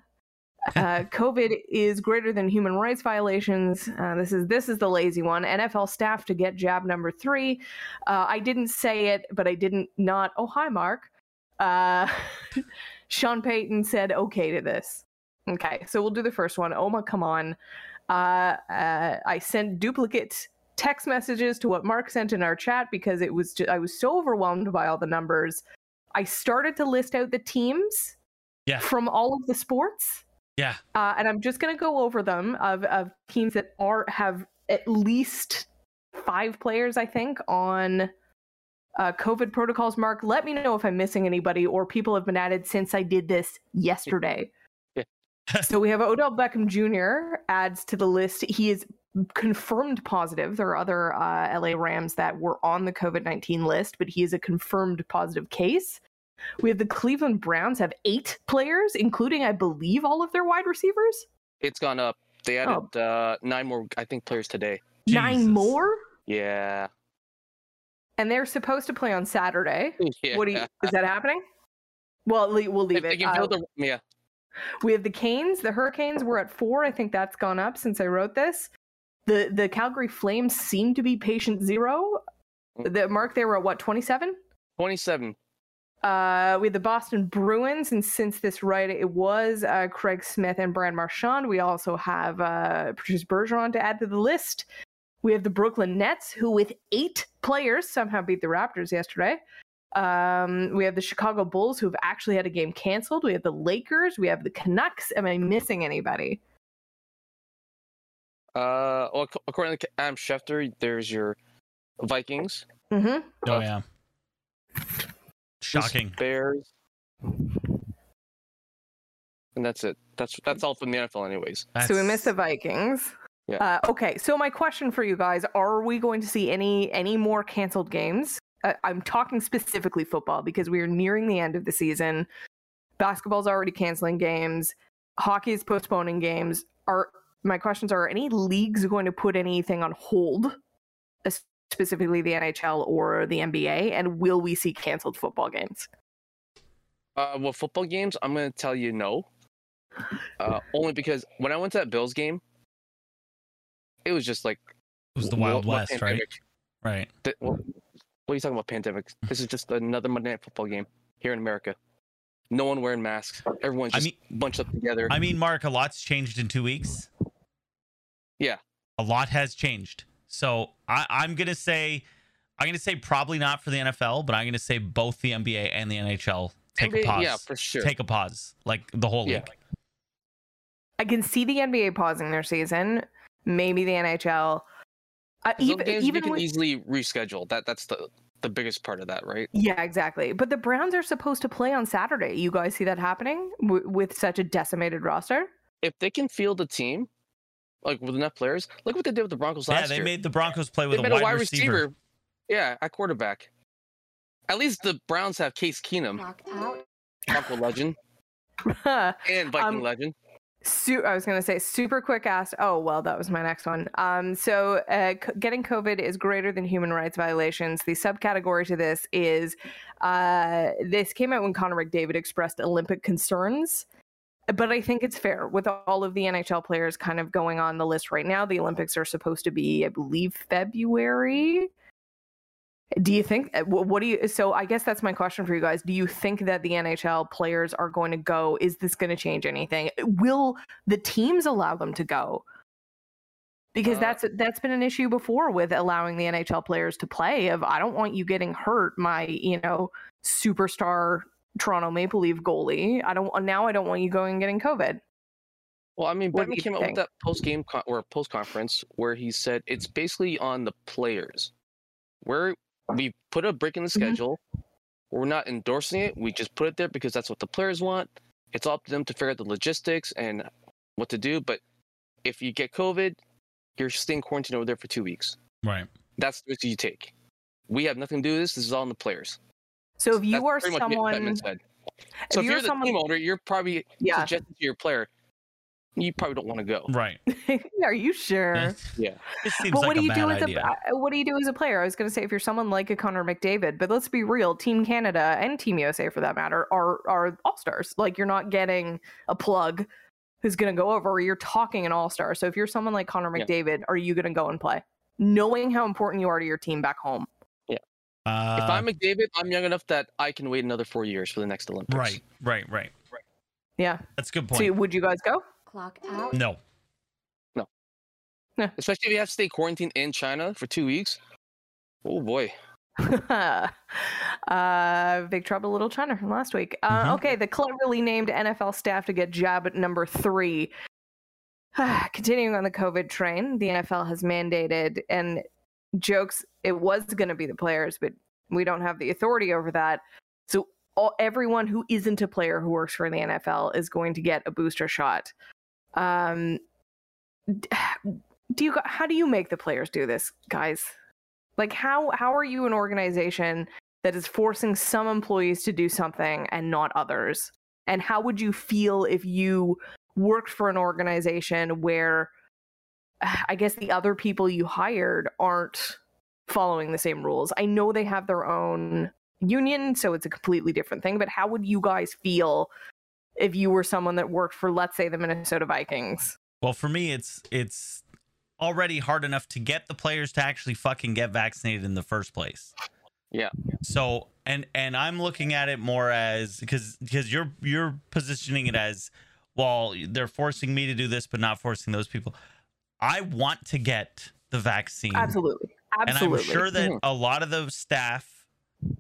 [SPEAKER 2] Uh, COVID is greater than human rights violations. Uh, this is this is the lazy one. NFL staff to get jab number three. Uh, I didn't say it, but I didn't not. Oh hi, Mark. Uh, *laughs* Sean Payton said okay to this. Okay, so we'll do the first one. Oma, come on. Uh, uh, I sent duplicate text messages to what Mark sent in our chat because it was ju- I was so overwhelmed by all the numbers. I started to list out the teams
[SPEAKER 3] Yeah.
[SPEAKER 2] from all of the sports.
[SPEAKER 3] Yeah.
[SPEAKER 2] Uh, and I'm just going to go over them of, of teams that are have at least five players, I think, on uh, COVID protocols. Mark, let me know if I'm missing anybody or people have been added since I did this yesterday.
[SPEAKER 5] Yeah.
[SPEAKER 2] *laughs* so we have Odell Beckham Jr. adds to the list. He is confirmed positive. There are other uh, LA Rams that were on the COVID 19 list, but he is a confirmed positive case. We have the Cleveland Browns have eight players, including, I believe, all of their wide receivers.
[SPEAKER 5] It's gone up. They added
[SPEAKER 2] Oh.
[SPEAKER 5] uh, nine more, I think, players today.
[SPEAKER 2] Nine
[SPEAKER 3] Jesus.
[SPEAKER 2] more,
[SPEAKER 5] Yeah. *laughs*
[SPEAKER 2] and they're supposed to play on Saturday.
[SPEAKER 5] yeah.
[SPEAKER 2] What do you? Is that happening? Well, le- we'll
[SPEAKER 5] If
[SPEAKER 2] leave
[SPEAKER 5] they
[SPEAKER 2] it.
[SPEAKER 5] can
[SPEAKER 2] Uh,
[SPEAKER 5] build a, yeah.
[SPEAKER 2] we have the Canes, the Hurricanes. We're at four. I think that's gone up since I wrote this. The the Calgary Flames seem to be patient zero.
[SPEAKER 5] Mm.
[SPEAKER 2] The mark they were at what twenty seven.
[SPEAKER 5] 27.
[SPEAKER 2] Uh, we had the Boston Bruins, and since this writer it was uh, Craig Smith and Brad Marchand, we also have uh, Patrice Bergeron to add to the list. We have the Brooklyn Nets, who with eight players somehow beat the Raptors yesterday. Um, we have the Chicago Bulls, who have actually had a game canceled. We have the Lakers. We have the Canucks. Am I missing anybody?
[SPEAKER 5] Uh, well, ac- according to Am Schefter, there's your Vikings,
[SPEAKER 2] hmm
[SPEAKER 3] Oh yeah. Shocking.
[SPEAKER 5] Bears, and that's it. That's that's all from the NFL, anyways.
[SPEAKER 2] So we
[SPEAKER 3] That's-
[SPEAKER 2] missed the Vikings.
[SPEAKER 5] Yeah.
[SPEAKER 2] Uh, okay, so my question for you guys: Are we going to see any any more canceled games? Uh, I'm talking specifically football because we are nearing the end of the season. Basketball's already canceling games. Hockey is postponing games. Are my questions are: are Any leagues going to put anything on hold, uh, specifically the NHL or the NBA? And will we see canceled football games?
[SPEAKER 5] Uh, well, football games, I'm gonna tell you no. Uh, only because when I went to that Bills game, it was just like
[SPEAKER 3] It was the
[SPEAKER 5] wha-
[SPEAKER 3] Wild
[SPEAKER 5] what
[SPEAKER 3] West, right?
[SPEAKER 5] pandemic?
[SPEAKER 3] Right.
[SPEAKER 5] Th- wha- What are you talking about, pandemic? This is just another Monday Night Football game here in America. No one wearing masks. Everyone's
[SPEAKER 3] I
[SPEAKER 5] just bunched up together.
[SPEAKER 3] I mean, Mark, a lot's changed in two weeks.
[SPEAKER 5] Yeah.
[SPEAKER 3] A lot has changed. So I, I'm gonna say I'm gonna say probably not for the NFL, but I'm gonna say both the NBA and the NHL take a
[SPEAKER 5] NBA
[SPEAKER 3] pause.
[SPEAKER 5] Yeah, for sure.
[SPEAKER 3] Take a pause. Like the whole
[SPEAKER 5] Yeah.
[SPEAKER 3] league.
[SPEAKER 2] I can see the NBA pausing their season. Maybe the NHL. Uh,
[SPEAKER 5] Those
[SPEAKER 2] even
[SPEAKER 5] games
[SPEAKER 2] even
[SPEAKER 5] we can
[SPEAKER 2] with-
[SPEAKER 5] easily reschedule. That that's the the biggest part of that, right?
[SPEAKER 2] Yeah, exactly. But the Browns are supposed to play on Saturday. You guys see that happening w- with such a decimated roster? *laughs*
[SPEAKER 5] If they can field a team, like with enough players, look what they did with the Broncos
[SPEAKER 3] Yeah,
[SPEAKER 5] last
[SPEAKER 3] they
[SPEAKER 5] year.
[SPEAKER 3] made the Broncos play with
[SPEAKER 5] they
[SPEAKER 3] a,
[SPEAKER 5] made
[SPEAKER 3] wide receiver.
[SPEAKER 5] Yeah, at quarterback. At least the Browns have Case Keenum,
[SPEAKER 4] Knocked out.
[SPEAKER 5] Bronco legend and Viking
[SPEAKER 2] Um,
[SPEAKER 5] legend.
[SPEAKER 2] Su- I was going to say super quick asked. Oh, well, that was my next one. Um, so uh, c- getting COVID is greater than human rights violations. The subcategory to this is uh, this came out when Connor McDavid expressed Olympic concerns. But I think it's fair with all of the NHL players kind of going on the list right now. The Olympics are supposed to be, I believe, February. Do you think? uh, wh- What do you? So I guess that's my question for you guys. Do you think that the NHL players are going to go? Is this going to change anything? Will the teams allow them to go? Because
[SPEAKER 5] Uh,
[SPEAKER 2] that's that's been an issue before with allowing the NHL players to play. Of I don't want you getting hurt, my you know superstar Toronto Maple Leaf goalie. I don't now. I don't want you going and getting COVID.
[SPEAKER 5] Well, I mean,
[SPEAKER 2] what do
[SPEAKER 5] Bettman
[SPEAKER 2] you
[SPEAKER 5] came out
[SPEAKER 2] think?
[SPEAKER 5] with that post game con- or post conference where he said it's basically on the players. Where we put a break in the
[SPEAKER 2] Mm-hmm.
[SPEAKER 5] schedule, we're not endorsing it. We just put it there because that's what the players want. It's up to them to figure out the logistics and what to do. But if you get COVID, you're staying quarantined over there for two weeks.
[SPEAKER 3] Right.
[SPEAKER 5] That's the risk you take. We have nothing to do with this. This is all on the players.
[SPEAKER 2] So if you
[SPEAKER 5] That's
[SPEAKER 2] are
[SPEAKER 5] pretty much what
[SPEAKER 2] someone,
[SPEAKER 5] Bettman said. So
[SPEAKER 2] you're
[SPEAKER 5] if, you're, the
[SPEAKER 2] someone-
[SPEAKER 5] team owner, you're probably
[SPEAKER 2] yeah,
[SPEAKER 5] suggesting to your player, you probably don't want to go.
[SPEAKER 3] Right.
[SPEAKER 2] Are you *laughs* sure?
[SPEAKER 5] Mm-hmm. Yeah.
[SPEAKER 3] This seems
[SPEAKER 2] But
[SPEAKER 3] like
[SPEAKER 2] what do
[SPEAKER 3] a
[SPEAKER 2] you
[SPEAKER 3] bad
[SPEAKER 2] do as
[SPEAKER 3] idea.
[SPEAKER 2] a uh, what do you do as a player? I was going to say if you're someone like a Connor McDavid, but let's be real, Team Canada and Team USA for that matter are are all stars. Like you're not getting a plug who's going to go over. You're talking an all star. So if you're someone like Connor
[SPEAKER 5] Yeah.
[SPEAKER 2] McDavid, are you going to go and play, knowing how important you are to your team back home?
[SPEAKER 3] Uh,
[SPEAKER 5] if I'm McDavid, I'm young enough that I can wait another four years for the next Olympics.
[SPEAKER 3] right, right, right.
[SPEAKER 2] Yeah.
[SPEAKER 3] That's a good
[SPEAKER 2] So
[SPEAKER 3] point.
[SPEAKER 2] would you guys go?
[SPEAKER 4] Clock out.
[SPEAKER 3] No.
[SPEAKER 5] Especially if you have to stay quarantined in China for two weeks. Oh boy.
[SPEAKER 2] *laughs* uh, Big Trouble Little China from last week. Uh,
[SPEAKER 3] Mhm.
[SPEAKER 2] Okay, the cleverly named NFL staff to get jab at number three. *sighs* Continuing on the COVID train, the NFL has mandated and jokes it was going to be the players, but we don't have the authority over that. So all, everyone who isn't a player who works for the NFL is going to get a booster shot. Um, d- *sighs* do you? How do you make the players do this, guys? Like how how are you an organization that is forcing some employees to do something and not others? And how would you feel if you worked for an organization where *sighs* I guess the other people you hired aren't following the same rules? I know they have their own union, so it's a completely different thing, but how would you guys feel if you were someone that worked for let's say the Minnesota Vikings?
[SPEAKER 3] Well, for me, it's it's already hard enough to get the players to actually fucking get vaccinated in the first place.
[SPEAKER 5] Yeah.
[SPEAKER 3] So and and I'm looking at it more as because because you're you're positioning it as well they're forcing me to do this but not forcing those people. I want to get the vaccine.
[SPEAKER 2] Absolutely.
[SPEAKER 3] And
[SPEAKER 2] Absolutely.
[SPEAKER 3] I'm sure that
[SPEAKER 5] Mhm.
[SPEAKER 3] a lot of the staff,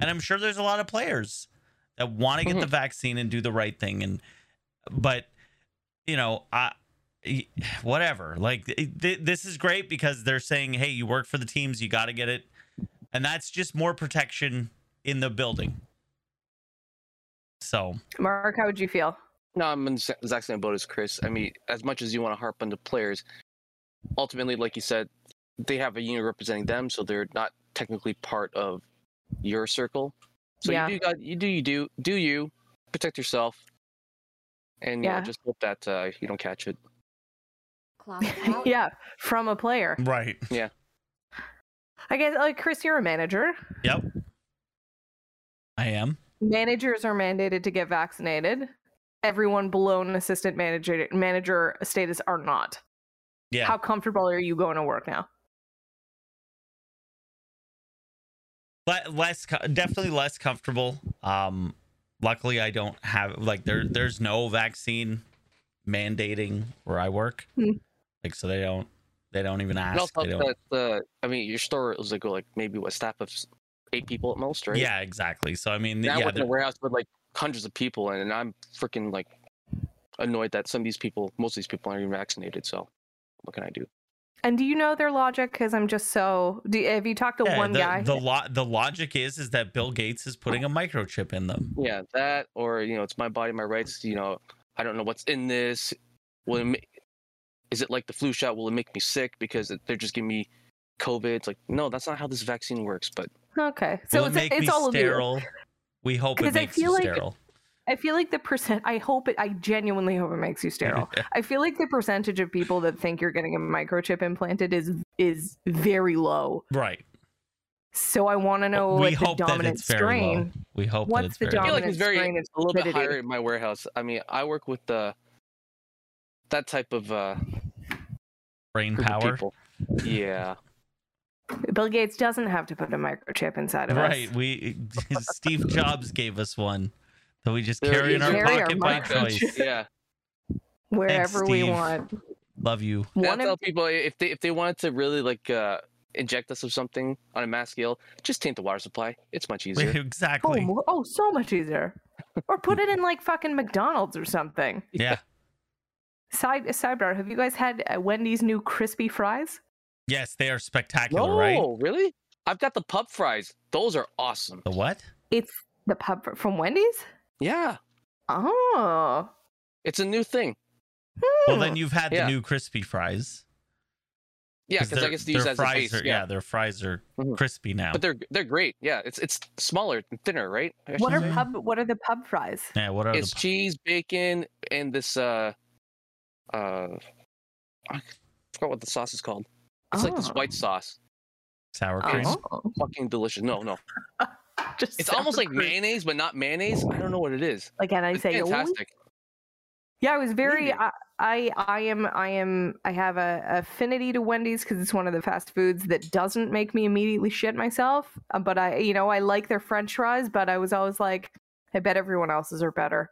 [SPEAKER 3] and I'm sure there's a lot of players that want to get the vaccine and do the right thing. And but you know, I whatever. Like th- th- this is great because they're saying, hey, you work for the teams, you got to get it, and that's just more protection in the building. So
[SPEAKER 2] Mark, how would you feel?
[SPEAKER 5] No, I'm in the exact same boat as Chris. I mean, as much as you want to harp on the players, ultimately, like you said, they have a union representing them, so they're not technically part of your circle. So
[SPEAKER 2] Yeah.
[SPEAKER 5] you do got you do you do do you protect yourself, and yeah,
[SPEAKER 2] Yeah.
[SPEAKER 5] just hope that uh, you don't catch it.
[SPEAKER 4] Clock out.
[SPEAKER 2] yeah, from a player.
[SPEAKER 3] right,
[SPEAKER 2] I guess like Chris, you're a manager.
[SPEAKER 3] yep, I am.
[SPEAKER 2] Managers are mandated to get vaccinated. Everyone below an assistant manager manager status are not.
[SPEAKER 3] Yeah.
[SPEAKER 2] How comfortable are you going to work now?
[SPEAKER 3] Le- less co- definitely less comfortable um luckily i don't have like there there's no vaccine mandating where i work
[SPEAKER 2] Hmm.
[SPEAKER 3] like so they don't they don't even
[SPEAKER 5] And
[SPEAKER 3] ask
[SPEAKER 5] also
[SPEAKER 3] they don't,
[SPEAKER 5] that uh, I mean, your store was like like maybe what staff of s- eight people at most, right?
[SPEAKER 3] yeah exactly so i mean yeah
[SPEAKER 5] Now we're in a
[SPEAKER 3] they're-
[SPEAKER 5] warehouse with like hundreds of people, and, I'm freaking like annoyed that some of these people, most of these people, aren't even vaccinated. So, what can I do?
[SPEAKER 2] And do you know their logic? Because I'm just so. Do, have you talked to
[SPEAKER 3] yeah,
[SPEAKER 2] one
[SPEAKER 3] the,
[SPEAKER 2] guy?
[SPEAKER 3] the lo- the logic is is that bill gates is putting a microchip in them
[SPEAKER 5] Yeah, that or you know, it's my body, my rights. You know, I don't know what's in this. Will it ma- is it like the flu shot? Will it make me sick because it- they're just giving me COVID? It's like, no, that's not how this vaccine works. But
[SPEAKER 2] okay, so
[SPEAKER 3] Will
[SPEAKER 2] it's
[SPEAKER 3] it make
[SPEAKER 2] it's
[SPEAKER 3] me
[SPEAKER 2] all of you.
[SPEAKER 3] sterile we hope it
[SPEAKER 2] 'Cause I
[SPEAKER 3] makes you
[SPEAKER 2] feel like-
[SPEAKER 3] sterile
[SPEAKER 2] I feel like the percent. I hope it. I genuinely hope it
[SPEAKER 3] *laughs*
[SPEAKER 2] makes you sterile. I feel like the percentage of people that think you're getting a microchip implanted is is very low.
[SPEAKER 3] right
[SPEAKER 2] So I want to know
[SPEAKER 3] we
[SPEAKER 2] like the
[SPEAKER 3] hope that
[SPEAKER 2] dominant
[SPEAKER 3] it's very
[SPEAKER 2] strain.
[SPEAKER 3] low we hope
[SPEAKER 2] What's
[SPEAKER 3] that it's
[SPEAKER 2] the
[SPEAKER 3] very
[SPEAKER 5] I feel
[SPEAKER 3] low.
[SPEAKER 5] like
[SPEAKER 2] Dominant
[SPEAKER 5] it's very
[SPEAKER 2] strain
[SPEAKER 5] a
[SPEAKER 2] is
[SPEAKER 5] little bit
[SPEAKER 2] stupidity.
[SPEAKER 5] higher in my warehouse. I mean, I work with the that type of uh,
[SPEAKER 3] brain
[SPEAKER 5] group of
[SPEAKER 3] power
[SPEAKER 5] people.
[SPEAKER 3] *laughs*
[SPEAKER 5] Yeah,
[SPEAKER 2] Bill Gates doesn't have to put a microchip inside of us.
[SPEAKER 3] Right. We *laughs* Steve Jobs gave us one that we just
[SPEAKER 5] There
[SPEAKER 3] carry in
[SPEAKER 5] is
[SPEAKER 3] our
[SPEAKER 5] a-
[SPEAKER 3] pocket by
[SPEAKER 2] Carry our
[SPEAKER 3] choice.
[SPEAKER 5] *laughs* yeah.
[SPEAKER 2] Wherever we
[SPEAKER 3] Steve.
[SPEAKER 2] want.
[SPEAKER 3] Love you.
[SPEAKER 5] And I
[SPEAKER 2] One
[SPEAKER 5] tell
[SPEAKER 2] of,
[SPEAKER 5] people if they if they wanted to really like uh, inject us with something on a mass scale, just taint the water supply. It's much easier.
[SPEAKER 2] oh,
[SPEAKER 3] *laughs* exactly.
[SPEAKER 2] mo- oh, so much easier. Or put it in like fucking McDonald's or something.
[SPEAKER 3] Yeah.
[SPEAKER 2] Side sidebar, have you guys had uh, Wendy's new crispy fries?
[SPEAKER 3] Yes, they are spectacular,
[SPEAKER 5] No,
[SPEAKER 3] right?
[SPEAKER 5] really? I've got the pub fries. Those are awesome.
[SPEAKER 3] The what?
[SPEAKER 2] It's the pub fr- from Wendy's?
[SPEAKER 5] Yeah,
[SPEAKER 2] Oh.
[SPEAKER 5] it's a new thing.
[SPEAKER 3] Well,
[SPEAKER 2] Hmm.
[SPEAKER 3] then you've had
[SPEAKER 5] Yeah.
[SPEAKER 3] the new crispy fries.
[SPEAKER 5] Yeah, because I
[SPEAKER 3] they're-
[SPEAKER 5] guess they use
[SPEAKER 3] their
[SPEAKER 5] that as a
[SPEAKER 3] fries
[SPEAKER 5] base.
[SPEAKER 3] Are,
[SPEAKER 5] yeah.
[SPEAKER 3] their fries are
[SPEAKER 5] Mhm.
[SPEAKER 3] crispy now.
[SPEAKER 5] but they're they're great. Yeah, it's it's smaller and thinner, right? I
[SPEAKER 2] what
[SPEAKER 5] should
[SPEAKER 2] are
[SPEAKER 5] say.
[SPEAKER 2] pub what are the pub fries?
[SPEAKER 3] yeah, what are
[SPEAKER 5] It's
[SPEAKER 3] the
[SPEAKER 5] cheese, bacon, and this uh, uh, I forgot what the sauce is called. It's like this
[SPEAKER 2] Oh.
[SPEAKER 5] white sauce.
[SPEAKER 3] *laughs* Sour cream.
[SPEAKER 2] Oh. *laughs*
[SPEAKER 5] Fucking delicious. No, no.
[SPEAKER 2] Just
[SPEAKER 5] It's almost
[SPEAKER 2] sour
[SPEAKER 5] like
[SPEAKER 2] cream.
[SPEAKER 5] mayonnaise, but not mayonnaise. I don't know what it is.
[SPEAKER 2] Like, and I
[SPEAKER 5] It's
[SPEAKER 2] say, "Oh,
[SPEAKER 5] fantastic.
[SPEAKER 2] Yeah, I was very.
[SPEAKER 5] Really?
[SPEAKER 2] I, I I am I am I have a affinity to Wendy's because it's one of the fast foods that doesn't make me immediately shit myself. Uh, But I, you know, I like their French fries. But I was always like, I bet everyone else's are better.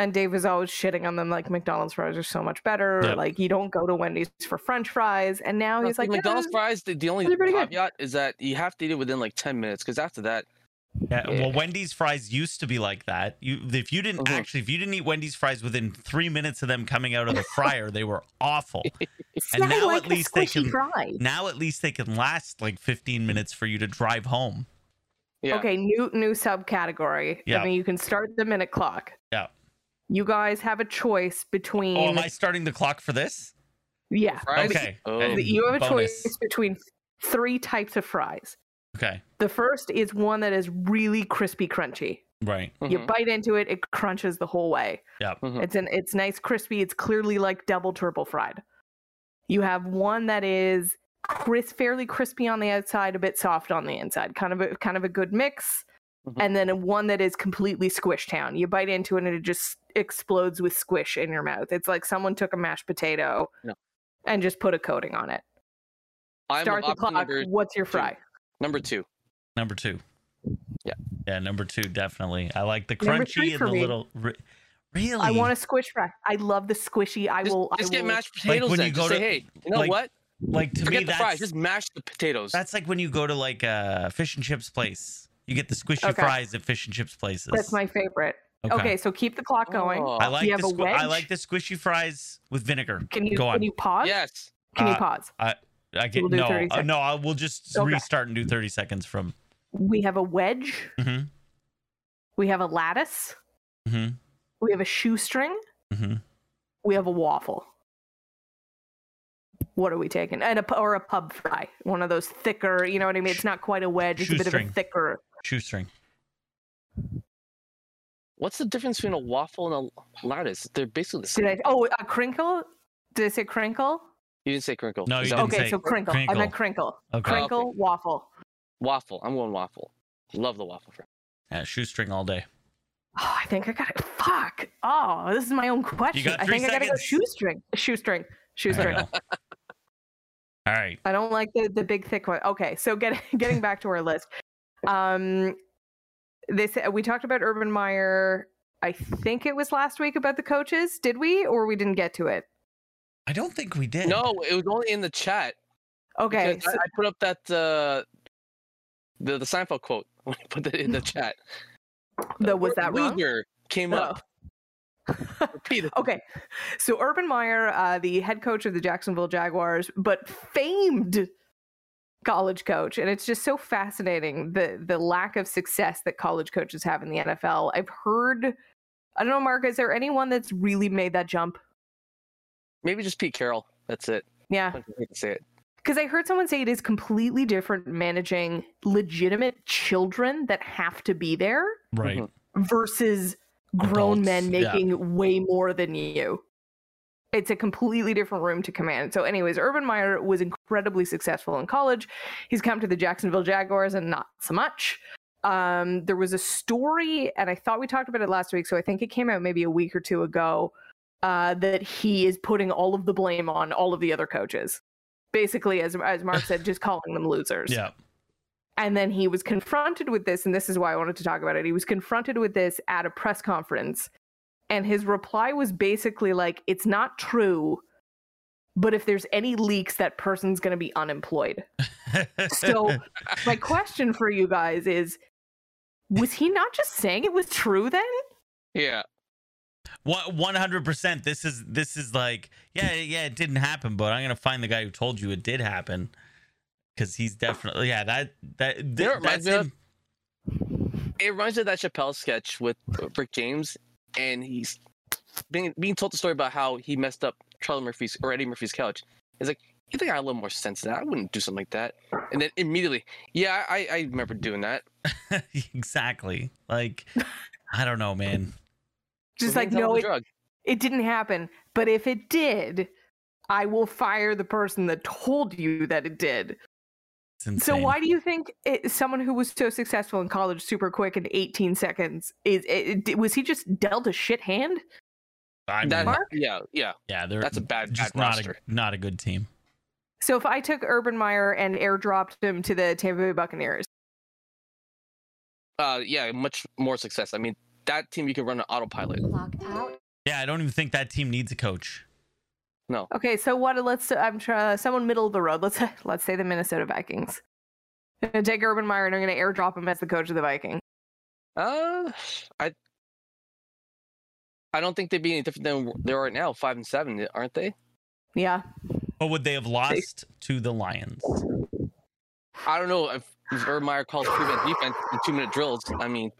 [SPEAKER 2] And Dave was always shitting on them, like McDonald's fries are so much better.
[SPEAKER 3] Yeah.
[SPEAKER 2] Or like you don't go to Wendy's for French fries. And now Oh, he's
[SPEAKER 5] See,
[SPEAKER 2] like,
[SPEAKER 5] McDonald's
[SPEAKER 2] "Yeah,
[SPEAKER 5] fries. The, the only
[SPEAKER 2] they're pretty good."
[SPEAKER 5] caveat is that you have to eat it within like ten minutes, because after that,
[SPEAKER 3] Yeah,
[SPEAKER 5] Yeah.
[SPEAKER 3] well, Wendy's fries used to be like that. You, if you didn't
[SPEAKER 5] Mhm.
[SPEAKER 3] actually, if you didn't eat Wendy's fries within three minutes of them coming out of the fryer, they were
[SPEAKER 5] *laughs*
[SPEAKER 3] awful.
[SPEAKER 2] it's
[SPEAKER 3] and
[SPEAKER 2] not
[SPEAKER 3] now
[SPEAKER 2] like
[SPEAKER 3] at
[SPEAKER 2] a
[SPEAKER 3] least they
[SPEAKER 2] squishy
[SPEAKER 3] can-
[SPEAKER 2] fry."
[SPEAKER 3] Now at least they can last like 15 minutes for you to drive home.
[SPEAKER 5] yeah.
[SPEAKER 2] Okay, new new subcategory.
[SPEAKER 3] Yeah.
[SPEAKER 2] I mean, you can start the minute clock.
[SPEAKER 3] Yeah.
[SPEAKER 2] You guys have a choice between.
[SPEAKER 3] Oh, am I starting the clock for this?
[SPEAKER 2] yeah.
[SPEAKER 5] Fries.
[SPEAKER 3] Okay.
[SPEAKER 5] Oh.
[SPEAKER 3] And-
[SPEAKER 2] You have a
[SPEAKER 3] bonus.
[SPEAKER 2] choice between three types of fries.
[SPEAKER 3] Okay.
[SPEAKER 2] The first is one that is really crispy, crunchy.
[SPEAKER 3] Right.
[SPEAKER 2] You
[SPEAKER 5] Mhm.
[SPEAKER 2] bite into it, it crunches the whole way.
[SPEAKER 3] Yeah.
[SPEAKER 5] Mhm.
[SPEAKER 2] It's an it's nice, crispy. It's clearly like double triple fried. You have one that is crisp, fairly crispy on the outside, a bit soft on the inside, kind of a kind of a good mix.
[SPEAKER 5] Mhm.
[SPEAKER 2] And then a one that is completely squish town. You bite into it and it just explodes with squish in your mouth. It's like someone took a mashed potato
[SPEAKER 5] No.
[SPEAKER 2] and just put a coating on it.
[SPEAKER 5] I'm
[SPEAKER 2] Start the
[SPEAKER 5] option
[SPEAKER 2] clock.
[SPEAKER 5] Number,
[SPEAKER 2] What's your
[SPEAKER 5] two.
[SPEAKER 2] fry?
[SPEAKER 5] number two.
[SPEAKER 3] Number two.
[SPEAKER 5] Yeah.
[SPEAKER 3] Yeah. Number two, definitely. I like the
[SPEAKER 2] Number
[SPEAKER 3] crunchy
[SPEAKER 2] three
[SPEAKER 3] and
[SPEAKER 2] for
[SPEAKER 3] the
[SPEAKER 2] me.
[SPEAKER 3] little. Re- really.
[SPEAKER 2] I want a squish fry. I love the squishy. I
[SPEAKER 5] Just,
[SPEAKER 2] will.
[SPEAKER 5] just
[SPEAKER 2] I
[SPEAKER 5] get
[SPEAKER 2] will,
[SPEAKER 5] mashed potatoes.
[SPEAKER 3] when
[SPEAKER 5] then.
[SPEAKER 3] you
[SPEAKER 5] Just
[SPEAKER 3] go
[SPEAKER 5] say,
[SPEAKER 3] to-
[SPEAKER 5] hey, you know
[SPEAKER 3] like,
[SPEAKER 5] what?
[SPEAKER 3] like to
[SPEAKER 5] Forget
[SPEAKER 3] me
[SPEAKER 5] the
[SPEAKER 3] that's
[SPEAKER 5] fries. Just mash the potatoes.
[SPEAKER 3] that's like when you go to like a fish and chips place. You get the squishy
[SPEAKER 2] Okay.
[SPEAKER 3] fries at fish and chips places.
[SPEAKER 2] That's my favorite. Okay. so keep the clock going.
[SPEAKER 5] Oh.
[SPEAKER 3] I like
[SPEAKER 2] have
[SPEAKER 3] the
[SPEAKER 2] a
[SPEAKER 3] squi- I
[SPEAKER 2] wedge?
[SPEAKER 3] like the squishy fries with vinegar.
[SPEAKER 2] Can you
[SPEAKER 3] go on?
[SPEAKER 2] can you pause?
[SPEAKER 5] Yes.
[SPEAKER 2] Can you
[SPEAKER 3] Uh,
[SPEAKER 2] pause?
[SPEAKER 3] I can
[SPEAKER 2] we'll do
[SPEAKER 3] no
[SPEAKER 2] 30
[SPEAKER 3] uh, no. I will just
[SPEAKER 2] Okay.
[SPEAKER 3] restart and do thirty seconds from.
[SPEAKER 2] We have a wedge.
[SPEAKER 3] Mhm.
[SPEAKER 2] We have a lattice.
[SPEAKER 3] Mhm.
[SPEAKER 2] We have a shoestring.
[SPEAKER 3] Mhm.
[SPEAKER 2] We have a waffle. What are we taking? And a pu- or a pub fry, one of those thicker. You know what I mean? It's not quite a wedge. It's a bit of
[SPEAKER 3] Shoestring.
[SPEAKER 2] a thicker.
[SPEAKER 3] Shoestring.
[SPEAKER 5] What's the difference between a waffle and a lattice? They're basically the same.
[SPEAKER 2] Did I? Oh, a crinkle. Did I say crinkle?
[SPEAKER 5] You didn't say crinkle.
[SPEAKER 3] No, you
[SPEAKER 5] Is that-
[SPEAKER 3] didn't
[SPEAKER 2] okay,
[SPEAKER 3] say Oh,
[SPEAKER 2] so crinkle. I meant crinkle.
[SPEAKER 3] Okay.
[SPEAKER 5] Crank-
[SPEAKER 2] Crinkle waffle.
[SPEAKER 5] Waffle. I'm going waffle. Love the waffle. fry.
[SPEAKER 3] Yeah, shoestring all day.
[SPEAKER 2] Oh, I think I got it. Fuck. Oh, this is my own question.
[SPEAKER 3] got
[SPEAKER 2] I
[SPEAKER 3] three
[SPEAKER 2] think I gotta go
[SPEAKER 3] seconds.
[SPEAKER 2] shoestring. Shoestring.
[SPEAKER 3] There you
[SPEAKER 2] Shoestring.
[SPEAKER 3] go. all right.
[SPEAKER 2] I don't like the, the big thick one. Okay, so get, *laughs* getting back to our list. Um this we talked about Urban Meyer. I think it was last week about the coaches, did we? Or we didn't get to it.
[SPEAKER 3] I don't think we did.
[SPEAKER 5] No, it was only in the chat.
[SPEAKER 2] Okay.
[SPEAKER 5] because
[SPEAKER 2] so-
[SPEAKER 5] I, I put up that uh, the the Seinfeld quote *laughs* when I put that in the chat.
[SPEAKER 2] Though, Oh, was
[SPEAKER 5] word
[SPEAKER 2] that wrong? Oh.
[SPEAKER 5] Loser came up. Repeated.
[SPEAKER 2] *laughs* Okay, so Urban Meyer, uh, the head coach of the Jacksonville Jaguars, but famed college coach, and it's just so fascinating the the lack of success that college coaches have in the NFL. I've heard, I don't know, Mark, is there anyone that's really made that jump?
[SPEAKER 5] Maybe just Pete Carroll. That's it.
[SPEAKER 2] Yeah,
[SPEAKER 5] I hate to say it.
[SPEAKER 2] because I heard someone say it is completely different managing legitimate children that have to be there
[SPEAKER 3] Right.
[SPEAKER 2] Mm-hmm.
[SPEAKER 5] Mhm.
[SPEAKER 2] versus grown
[SPEAKER 3] Adults,
[SPEAKER 2] men
[SPEAKER 3] yeah.
[SPEAKER 2] making way more than you. It's a completely different room to command. So, anyways, Urban Meyer was incredibly successful in college. He's come to the Jacksonville Jaguars and not so much. Um, there was a story, and I thought we talked about it last week, so I think it came out maybe a week or two ago, uh, that he is putting all of the blame on all of the other coaches. Basically, as, as Mark said, just calling them losers.
[SPEAKER 3] Yeah.
[SPEAKER 2] And then he was confronted with this, and this is why I wanted to talk about it. He was confronted with this at a press conference, and his reply was basically like, It's not true, but if there's any leaks, that person's going to be unemployed. So, my question for you guys is Was he not just saying it was true then?
[SPEAKER 5] Yeah.
[SPEAKER 3] *laughs* One hundred percent. This is this is like yeah yeah it didn't happen, but I'm gonna find the guy who told you it did happen because he's definitely yeah that that th-
[SPEAKER 5] know what reminds
[SPEAKER 3] that's
[SPEAKER 5] me of?
[SPEAKER 3] him.
[SPEAKER 5] It reminds me of that Chappelle sketch with Rick James, and he's being being told the story about how he messed up Charlie Murphy's or Eddie Murphy's couch. He's like, "You think I had a little more sense than that? I wouldn't do something like that." And then immediately, yeah, I, I remember doing that.
[SPEAKER 3] *laughs* exactly like I don't know man
[SPEAKER 2] Just like,
[SPEAKER 5] Something tells
[SPEAKER 2] No,
[SPEAKER 5] the
[SPEAKER 2] it,
[SPEAKER 5] drug.
[SPEAKER 2] It didn't happen. But if it did, I will fire the person that told you that it did.
[SPEAKER 3] It's insane.
[SPEAKER 2] So why do you think it, someone who was so successful in college, super quick in 18 seconds, is it, it- was he just dealt a shit hand?
[SPEAKER 3] I mean,
[SPEAKER 5] That-
[SPEAKER 2] Mark?
[SPEAKER 5] yeah, yeah.
[SPEAKER 3] yeah, they're
[SPEAKER 5] That's a bad-
[SPEAKER 3] just
[SPEAKER 5] bad
[SPEAKER 3] not
[SPEAKER 5] roster.
[SPEAKER 3] a not a good team.
[SPEAKER 2] So if I took Urban Meyer and airdropped him to the Tampa Bay Buccaneers,
[SPEAKER 5] Uh, yeah, much more success. I mean, that team you could run an autopilot.
[SPEAKER 4] Clock out.
[SPEAKER 3] Yeah, I don't even think that team needs a coach.
[SPEAKER 2] okay. So what? Let's I'm trying someone middle of the road. Let's *laughs* let's say the Minnesota Vikings. I'm gonna take Urban Meyer and I'm gonna airdrop him as the coach of the Vikings.
[SPEAKER 5] Uh, I I don't think they'd be any different than they are right now. Five and seven, aren't they?
[SPEAKER 2] Yeah.
[SPEAKER 3] But would they have lost to the Lions?
[SPEAKER 5] I don't know if Vermeer calls two man defense and two minute drills. I mean,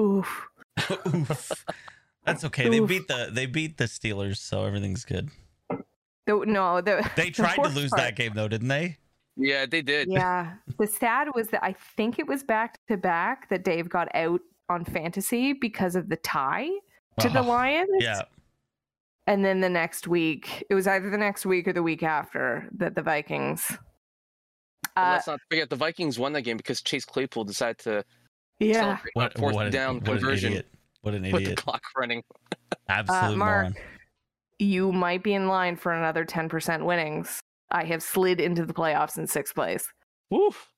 [SPEAKER 2] Oof.
[SPEAKER 3] Oof. *laughs* That's okay. They
[SPEAKER 2] Oof.
[SPEAKER 3] beat the they beat the Steelers, so everything's good.
[SPEAKER 2] The, no. The, *laughs*
[SPEAKER 3] They
[SPEAKER 2] the
[SPEAKER 3] tried to
[SPEAKER 2] worst
[SPEAKER 3] lose
[SPEAKER 2] part-
[SPEAKER 3] that game though, didn't they?
[SPEAKER 5] yeah, they
[SPEAKER 3] *laughs*
[SPEAKER 5] did.
[SPEAKER 2] yeah. The sad was that I think it was back to back that Dave got out on fantasy because of the tie to the
[SPEAKER 3] Oh,
[SPEAKER 2] Lions.
[SPEAKER 3] Yeah.
[SPEAKER 2] And then the next week, it was either the next week or the week after that the Vikings.
[SPEAKER 5] And
[SPEAKER 2] Uh,
[SPEAKER 5] let's not forget the Vikings won that game because Chase Claypool decided to
[SPEAKER 2] yeah.
[SPEAKER 5] celebrate
[SPEAKER 3] What
[SPEAKER 5] a fourth
[SPEAKER 3] what, an-
[SPEAKER 5] down
[SPEAKER 3] what an
[SPEAKER 5] conversion
[SPEAKER 3] idiot. What an
[SPEAKER 5] with the
[SPEAKER 3] idiot.
[SPEAKER 5] clock running.
[SPEAKER 3] Absolute
[SPEAKER 2] uh, Mark.
[SPEAKER 3] moron.
[SPEAKER 2] You might be in line for another 10% winnings. I have slid into the playoffs in sixth place.
[SPEAKER 5] Woof.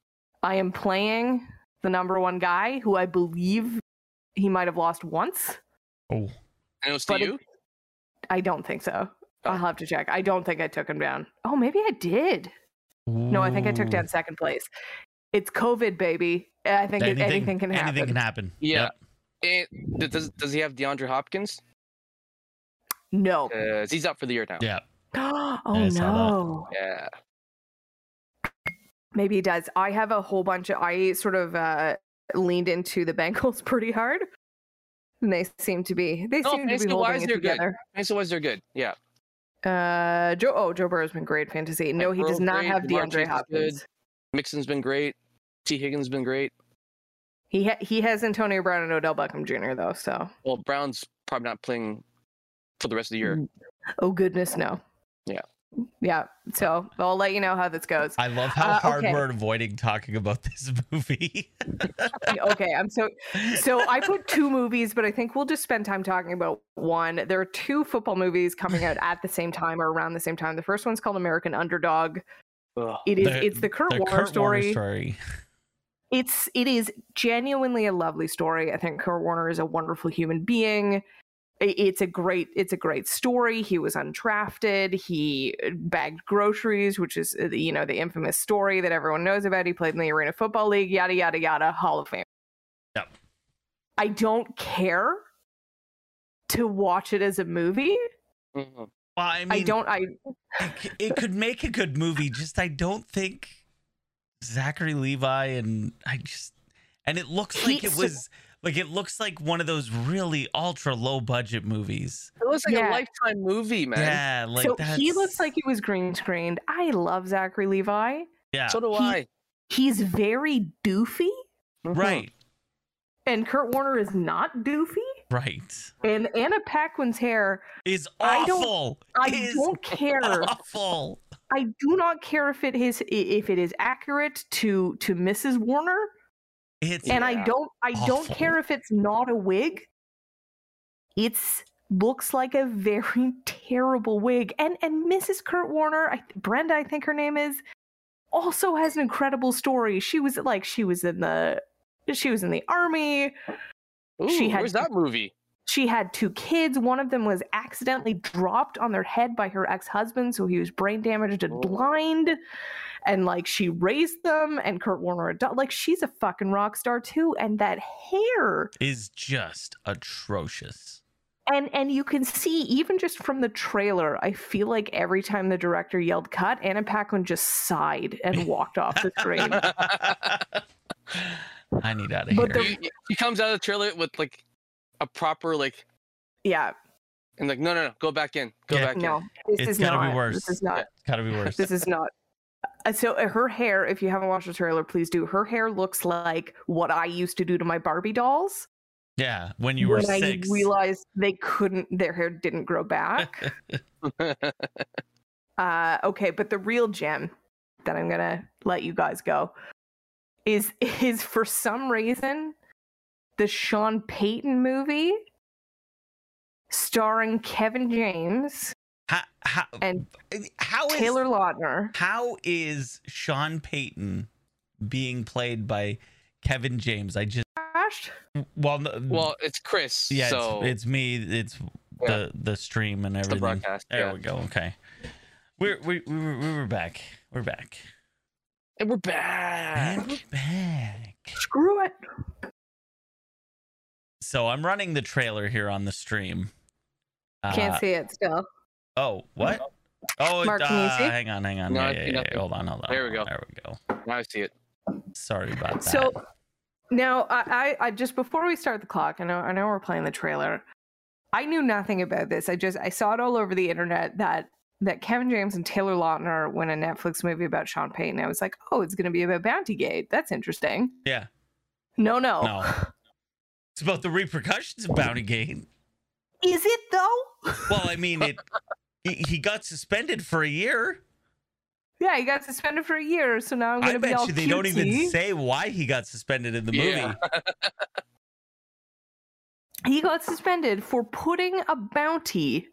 [SPEAKER 2] I am playing the number one guy who I believe he might have lost once.
[SPEAKER 3] Oh.
[SPEAKER 5] And it was to
[SPEAKER 2] But it-
[SPEAKER 5] you.
[SPEAKER 2] I don't think so.
[SPEAKER 5] Oh.
[SPEAKER 2] I'll have to check. I don't think I took him down. Oh, maybe I did. No, I think I took
[SPEAKER 3] Ooh.
[SPEAKER 2] down second place. It's COVID, baby. I think anything, anything can happen.
[SPEAKER 3] Anything can happen.
[SPEAKER 5] Yeah.
[SPEAKER 3] Yep.
[SPEAKER 5] It- th- does does he have DeAndre Hopkins?
[SPEAKER 2] No.
[SPEAKER 5] Uh, he's out for the year now.
[SPEAKER 3] Yeah.
[SPEAKER 2] *gasps* oh,
[SPEAKER 3] I saw that.
[SPEAKER 2] no.
[SPEAKER 5] Yeah.
[SPEAKER 2] Maybe he does. I have a whole bunch of. I sort of uh, leaned into the Bengals *laughs* pretty hard, and they seem to be. They
[SPEAKER 5] No,
[SPEAKER 2] seem to be
[SPEAKER 5] fantasy-wise,
[SPEAKER 2] holding it
[SPEAKER 5] they're good.
[SPEAKER 2] together.
[SPEAKER 5] And so was they're good. Yeah.
[SPEAKER 2] Uh, Joe. Oh, Joe Burrow's been great fantasy. No, he does
[SPEAKER 5] Burrow's
[SPEAKER 2] not
[SPEAKER 5] great,
[SPEAKER 2] have
[SPEAKER 5] Jamar Chase
[SPEAKER 2] DeAndre
[SPEAKER 5] is
[SPEAKER 2] Hopkins.
[SPEAKER 5] Mixon's been great. T Higgins been great.
[SPEAKER 2] He ha- he has Antonio Brown and Odell Beckham Jr. though. So
[SPEAKER 5] Well, Brown's probably not playing for the rest of the year.
[SPEAKER 2] oh goodness, no.
[SPEAKER 5] Yeah.
[SPEAKER 2] Yeah. So I'll let you know how this goes.
[SPEAKER 3] I love how
[SPEAKER 2] Uh,
[SPEAKER 3] hard
[SPEAKER 2] okay.
[SPEAKER 3] we're avoiding talking about this *laughs* movie.
[SPEAKER 2] okay, I'm so so I put two movies, but I think we'll just spend time talking about one. There are two football movies coming out at the same time or around the same time. The first one's called American Underdog.
[SPEAKER 5] Ugh.
[SPEAKER 2] It is it's the Kurt
[SPEAKER 3] the
[SPEAKER 2] Warner
[SPEAKER 3] Kurt
[SPEAKER 2] story.
[SPEAKER 3] Warner story.
[SPEAKER 2] It's it is genuinely a lovely story. I think Kurt Warner is a wonderful human being. I- It's a great it's a great story. He was undrafted. He uh, bagged groceries, which is uh, you know the infamous story that everyone knows about. He played in the Arena Football League. Yada yada yada. Hall of Fame.
[SPEAKER 3] Yep.
[SPEAKER 2] I don't care to watch it as a movie.
[SPEAKER 5] Mhm.
[SPEAKER 3] Well, I mean,
[SPEAKER 2] I don't. I
[SPEAKER 3] It, c- it could make a good movie. Just I don't think Zachary Levi and I just and it looks like it
[SPEAKER 2] He's-
[SPEAKER 3] was like it looks like one of those really ultra low budget movies.
[SPEAKER 5] It looks like
[SPEAKER 2] Yeah.
[SPEAKER 5] a lifetime movie, man.
[SPEAKER 3] Yeah, like
[SPEAKER 2] so
[SPEAKER 3] that's,
[SPEAKER 2] he looks like he was green screened. I love Zachary Levi.
[SPEAKER 3] yeah,
[SPEAKER 5] So do
[SPEAKER 2] He-
[SPEAKER 5] I.
[SPEAKER 2] He's very doofy.
[SPEAKER 5] Mhm.
[SPEAKER 3] right,
[SPEAKER 2] and Kurt Warner is not doofy,
[SPEAKER 3] right.
[SPEAKER 2] and Anna Paquin's hair,
[SPEAKER 3] Is
[SPEAKER 2] I don't-
[SPEAKER 3] awful.
[SPEAKER 2] I
[SPEAKER 3] is
[SPEAKER 2] don't
[SPEAKER 3] *laughs*
[SPEAKER 2] care.
[SPEAKER 3] awful.
[SPEAKER 2] I do not care if it is if it is accurate to to Mrs. Warner,
[SPEAKER 3] It's
[SPEAKER 2] and I
[SPEAKER 5] Yeah.
[SPEAKER 2] don't I don't
[SPEAKER 3] Awful.
[SPEAKER 2] care if it's not a wig. It's looks like a very *laughs* terrible wig, and and Mrs. Kurt Warner, I, Brenda, I think her name is, also has an incredible story. She was like she was in the she was in the army.
[SPEAKER 5] Ooh,
[SPEAKER 2] She had-
[SPEAKER 5] where's
[SPEAKER 2] *laughs*
[SPEAKER 5] that movie?
[SPEAKER 2] She had two kids. One of them was accidentally dropped on their head by her ex husband, so he was brain damaged and
[SPEAKER 5] Oh.
[SPEAKER 2] blind. And like she raised them, and Kurt Warner, ado- like she's a fucking rock star too. And that hair,
[SPEAKER 3] is just atrocious.
[SPEAKER 2] and and you can see even just from the trailer, I feel like every time the director yelled "cut," Anna Paquin just sighed and walked off the
[SPEAKER 5] *laughs*
[SPEAKER 2] screen.
[SPEAKER 3] I need out of
[SPEAKER 2] But
[SPEAKER 3] here.
[SPEAKER 2] the-
[SPEAKER 5] He comes out of the trailer with like a proper like
[SPEAKER 2] Yeah,
[SPEAKER 5] and like no no no go back in go
[SPEAKER 3] Yeah.
[SPEAKER 5] back
[SPEAKER 2] no,
[SPEAKER 5] in.
[SPEAKER 2] this
[SPEAKER 3] It's
[SPEAKER 2] is
[SPEAKER 3] gotta
[SPEAKER 2] not.
[SPEAKER 3] be worse.
[SPEAKER 2] This is not.
[SPEAKER 3] Gotta be worse.
[SPEAKER 2] This is not. Uh, So uh, her hair, if you haven't watched the trailer, please do. Her hair looks like what I used to do to my Barbie dolls.
[SPEAKER 3] Yeah, when you were
[SPEAKER 2] when
[SPEAKER 3] six.
[SPEAKER 2] I realized they couldn't, their hair didn't grow
[SPEAKER 3] *laughs*
[SPEAKER 2] back. uh, okay, but the real gem that I'm gonna let you guys go is is for some reason the Sean Payton movie starring Kevin James
[SPEAKER 3] how, how,
[SPEAKER 2] and
[SPEAKER 3] how Oh, is
[SPEAKER 2] Taylor Lautner.
[SPEAKER 3] how is Sean Payton being played by Kevin James? I just
[SPEAKER 2] Crashed.
[SPEAKER 3] well, no,
[SPEAKER 5] *laughs* well, it's Chris.
[SPEAKER 3] yeah, it's-
[SPEAKER 5] so
[SPEAKER 3] it's, me. It's the the stream and
[SPEAKER 5] the
[SPEAKER 3] everything.
[SPEAKER 5] broadcast,
[SPEAKER 3] there
[SPEAKER 5] yeah.
[SPEAKER 3] we go. Okay, we're we we were, we were back. We're back.
[SPEAKER 5] and we're back.
[SPEAKER 3] And we're back.
[SPEAKER 2] Screw it.
[SPEAKER 3] So I'm running the trailer here on the stream. Uh,
[SPEAKER 2] Can't see it still.
[SPEAKER 3] Oh, what? Oh,
[SPEAKER 2] Mark,
[SPEAKER 3] uh,
[SPEAKER 2] can you see?
[SPEAKER 3] hang on, hang on.
[SPEAKER 5] No,
[SPEAKER 3] Yeah,
[SPEAKER 5] I
[SPEAKER 3] yeah,
[SPEAKER 5] see
[SPEAKER 3] yeah,
[SPEAKER 5] nothing.
[SPEAKER 3] Hold on, hold on.
[SPEAKER 5] There we go.
[SPEAKER 3] There we go.
[SPEAKER 5] Now I see it.
[SPEAKER 3] Sorry about that.
[SPEAKER 2] So now, I, I, I just before we start the clock, I know, I know we're playing the trailer. I knew nothing about this. I just I saw it all over the internet that that Kevin James and Taylor Lautner win a Netflix movie about Sean Payton. I was like, oh, it's going to be about Bounty Gate. That's interesting.
[SPEAKER 3] yeah,
[SPEAKER 2] No, no,
[SPEAKER 3] no, it's about the repercussions of Bounty Gate.
[SPEAKER 2] Is it though?
[SPEAKER 3] Well, I mean, it. he, he got suspended for a year.
[SPEAKER 2] Yeah, he got suspended for a year, so now I'm going
[SPEAKER 3] I
[SPEAKER 2] to be
[SPEAKER 3] bet
[SPEAKER 2] all
[SPEAKER 3] you they don't even
[SPEAKER 2] cutesy.
[SPEAKER 3] say why he got suspended in the movie.
[SPEAKER 5] Yeah.
[SPEAKER 2] He got suspended for putting a bounty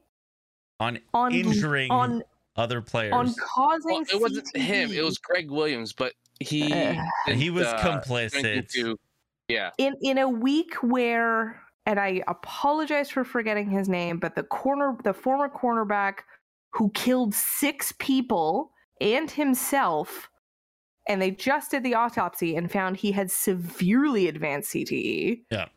[SPEAKER 3] On
[SPEAKER 2] *laughs* on
[SPEAKER 3] Injuring
[SPEAKER 2] on
[SPEAKER 3] other players,
[SPEAKER 2] on causing.
[SPEAKER 5] Well, it wasn't him. It
[SPEAKER 2] CTE.
[SPEAKER 5] was Greg Williams, but he
[SPEAKER 2] Uh,
[SPEAKER 5] did,
[SPEAKER 3] he was
[SPEAKER 5] uh, went
[SPEAKER 3] complicit.
[SPEAKER 5] into- yeah,
[SPEAKER 2] in in a week where and I apologize for forgetting his name, but the corner the former cornerback who killed six people and himself and they just did the autopsy and found he had severely advanced CTE.
[SPEAKER 3] Yeah.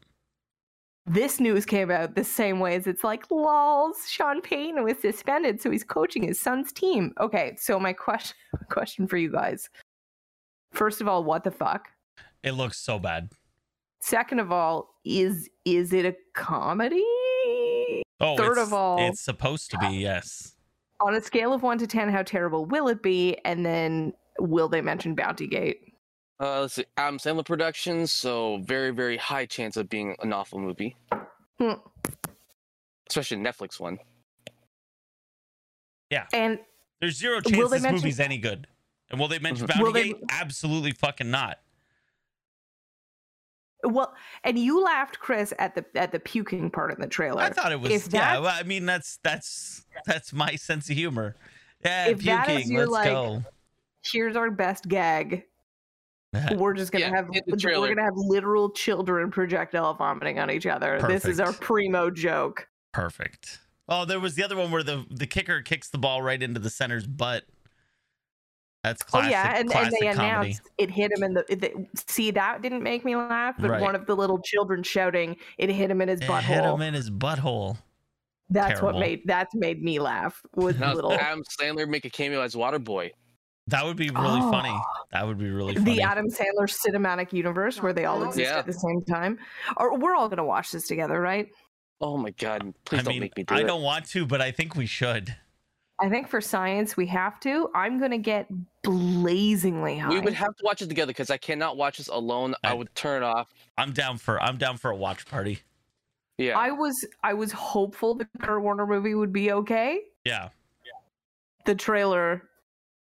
[SPEAKER 2] This news came out the same way as it's like, lols, Sean Payton was suspended, so he's coaching his son's team. Okay, so my question *laughs* question for you guys. First of all, what the fuck?
[SPEAKER 3] It looks so bad.
[SPEAKER 2] Second of all, is is it a comedy?
[SPEAKER 3] Oh,
[SPEAKER 2] Third
[SPEAKER 3] it's-
[SPEAKER 2] of all- uh,
[SPEAKER 3] it's supposed to be yes.
[SPEAKER 2] On a scale of one to ten, how terrible will it be? And then will they mention Bounty Gate?
[SPEAKER 5] Uh, let's see. Adam Sandler Productions, so very, very high chance of being an awful movie.
[SPEAKER 2] Hmm.
[SPEAKER 5] Especially Netflix one.
[SPEAKER 2] And
[SPEAKER 3] There's zero
[SPEAKER 2] they
[SPEAKER 3] chance this
[SPEAKER 2] mention-
[SPEAKER 3] movie's any good. And will they mention
[SPEAKER 5] Mhm.
[SPEAKER 3] Bounty
[SPEAKER 2] Will they-
[SPEAKER 3] Gate? Absolutely fucking not.
[SPEAKER 2] well, and you laughed, Chris, at the at the puking part in the trailer.
[SPEAKER 3] I thought it was.
[SPEAKER 2] if
[SPEAKER 3] yeah,
[SPEAKER 2] that's-
[SPEAKER 3] well, I mean that's that's that's my sense of humor. Yeah,
[SPEAKER 2] If that is
[SPEAKER 3] puking.
[SPEAKER 2] your,
[SPEAKER 3] Let's
[SPEAKER 2] like-
[SPEAKER 3] go.
[SPEAKER 2] Here's our best
[SPEAKER 3] *laughs*
[SPEAKER 2] gag. We're just gonna
[SPEAKER 5] Yeah,
[SPEAKER 2] have
[SPEAKER 5] in the
[SPEAKER 2] we're
[SPEAKER 5] trailer.
[SPEAKER 2] gonna have literal children projectile vomiting on each other. This is our
[SPEAKER 3] Perfect.
[SPEAKER 2] primo joke.
[SPEAKER 3] Perfect. Oh, there was the other one where the the kicker kicks the ball right into the center's butt. That's classic.
[SPEAKER 2] oh yeah, and, and
[SPEAKER 3] classic
[SPEAKER 2] they
[SPEAKER 3] comedy.
[SPEAKER 2] announced it hit him in the. It, see, that didn't make me laugh, but
[SPEAKER 3] Right.
[SPEAKER 2] one of the little children shouting, "It hit him in his
[SPEAKER 3] It hit him
[SPEAKER 2] butthole."
[SPEAKER 3] in his butthole.
[SPEAKER 2] that's what
[SPEAKER 3] terrible.
[SPEAKER 2] made that's made me laugh. Was
[SPEAKER 5] *laughs* Now,
[SPEAKER 2] little
[SPEAKER 5] Adam Sandler make a cameo as Waterboy.
[SPEAKER 3] That would be really
[SPEAKER 2] Oh.
[SPEAKER 3] funny. That would be really funny.
[SPEAKER 2] the Adam Sandler cinematic universe where they all exist
[SPEAKER 5] Oh, Yeah.
[SPEAKER 2] at the same time. Or we're all gonna watch this together, right?
[SPEAKER 5] Oh my god! Please
[SPEAKER 3] I
[SPEAKER 5] don't
[SPEAKER 3] mean,
[SPEAKER 5] make me do
[SPEAKER 3] I
[SPEAKER 5] it.
[SPEAKER 3] don't want to, but I think we should.
[SPEAKER 2] I think for science we have to. I'm gonna get blazingly high.
[SPEAKER 5] We would have to watch it together because I cannot watch this alone. I,
[SPEAKER 3] I-
[SPEAKER 5] would turn it off.
[SPEAKER 3] I'm down for I'm down for a watch party.
[SPEAKER 5] Yeah,
[SPEAKER 2] I was I was hopeful the Kurt Warner movie would be okay.
[SPEAKER 3] Yeah.
[SPEAKER 2] The trailer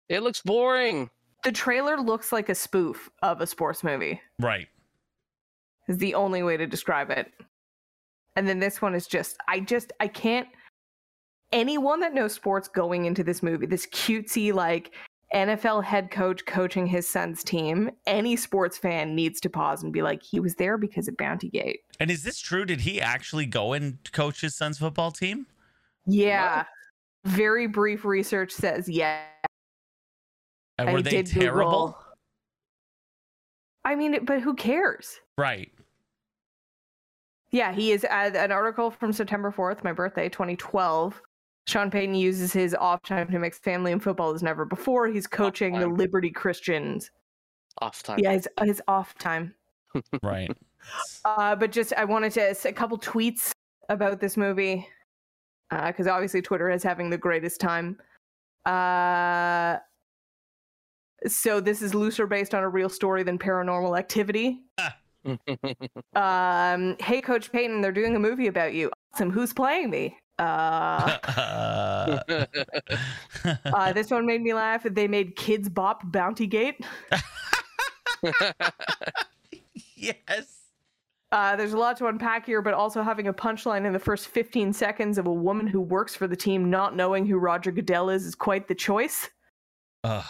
[SPEAKER 5] it looks boring.
[SPEAKER 2] the trailer looks like a spoof of a sports movie
[SPEAKER 3] Right.
[SPEAKER 2] is the only way to describe it and then this one is just i just i can't anyone that knows sports going into this movie this cutesy like nfl head coach coaching his son's team any sports fan needs to pause and be like he was there because of bounty gate
[SPEAKER 3] And is this true? Did he actually go and coach his son's football team?
[SPEAKER 2] yeah very brief research says yeah
[SPEAKER 3] And were
[SPEAKER 2] I
[SPEAKER 3] they
[SPEAKER 2] did Google.
[SPEAKER 3] terrible?
[SPEAKER 2] i mean but who cares
[SPEAKER 3] Right.
[SPEAKER 2] Yeah, he is uh, an article from September 4th, my birthday, 2012. Sean Payton uses his off time to mix family and football as never before. He's coaching the
[SPEAKER 5] time.
[SPEAKER 2] Liberty Christians.
[SPEAKER 5] Off time. *laughs*
[SPEAKER 2] Yeah, his, his off time. *laughs*
[SPEAKER 3] Right. *laughs*
[SPEAKER 2] Uh, but just, I wanted to say a couple tweets about this movie because obviously Twitter is having the greatest time. Uh, so this is looser based on a real story than Paranormal Activity.
[SPEAKER 3] Uh,
[SPEAKER 2] Um, hey, Coach Payton, they're doing a movie about you. Awesome. Who's playing me?
[SPEAKER 3] *laughs*
[SPEAKER 2] Uh,
[SPEAKER 3] Uh,
[SPEAKER 2] uh, this one made me laugh. They made Kids Bop Bounty Gate.
[SPEAKER 3] yes.
[SPEAKER 2] Uh, there's a lot to unpack here, but also having a punchline in the first 15 seconds of a woman who works for the team not knowing who Roger Goodell is is quite the choice.
[SPEAKER 3] Ugh.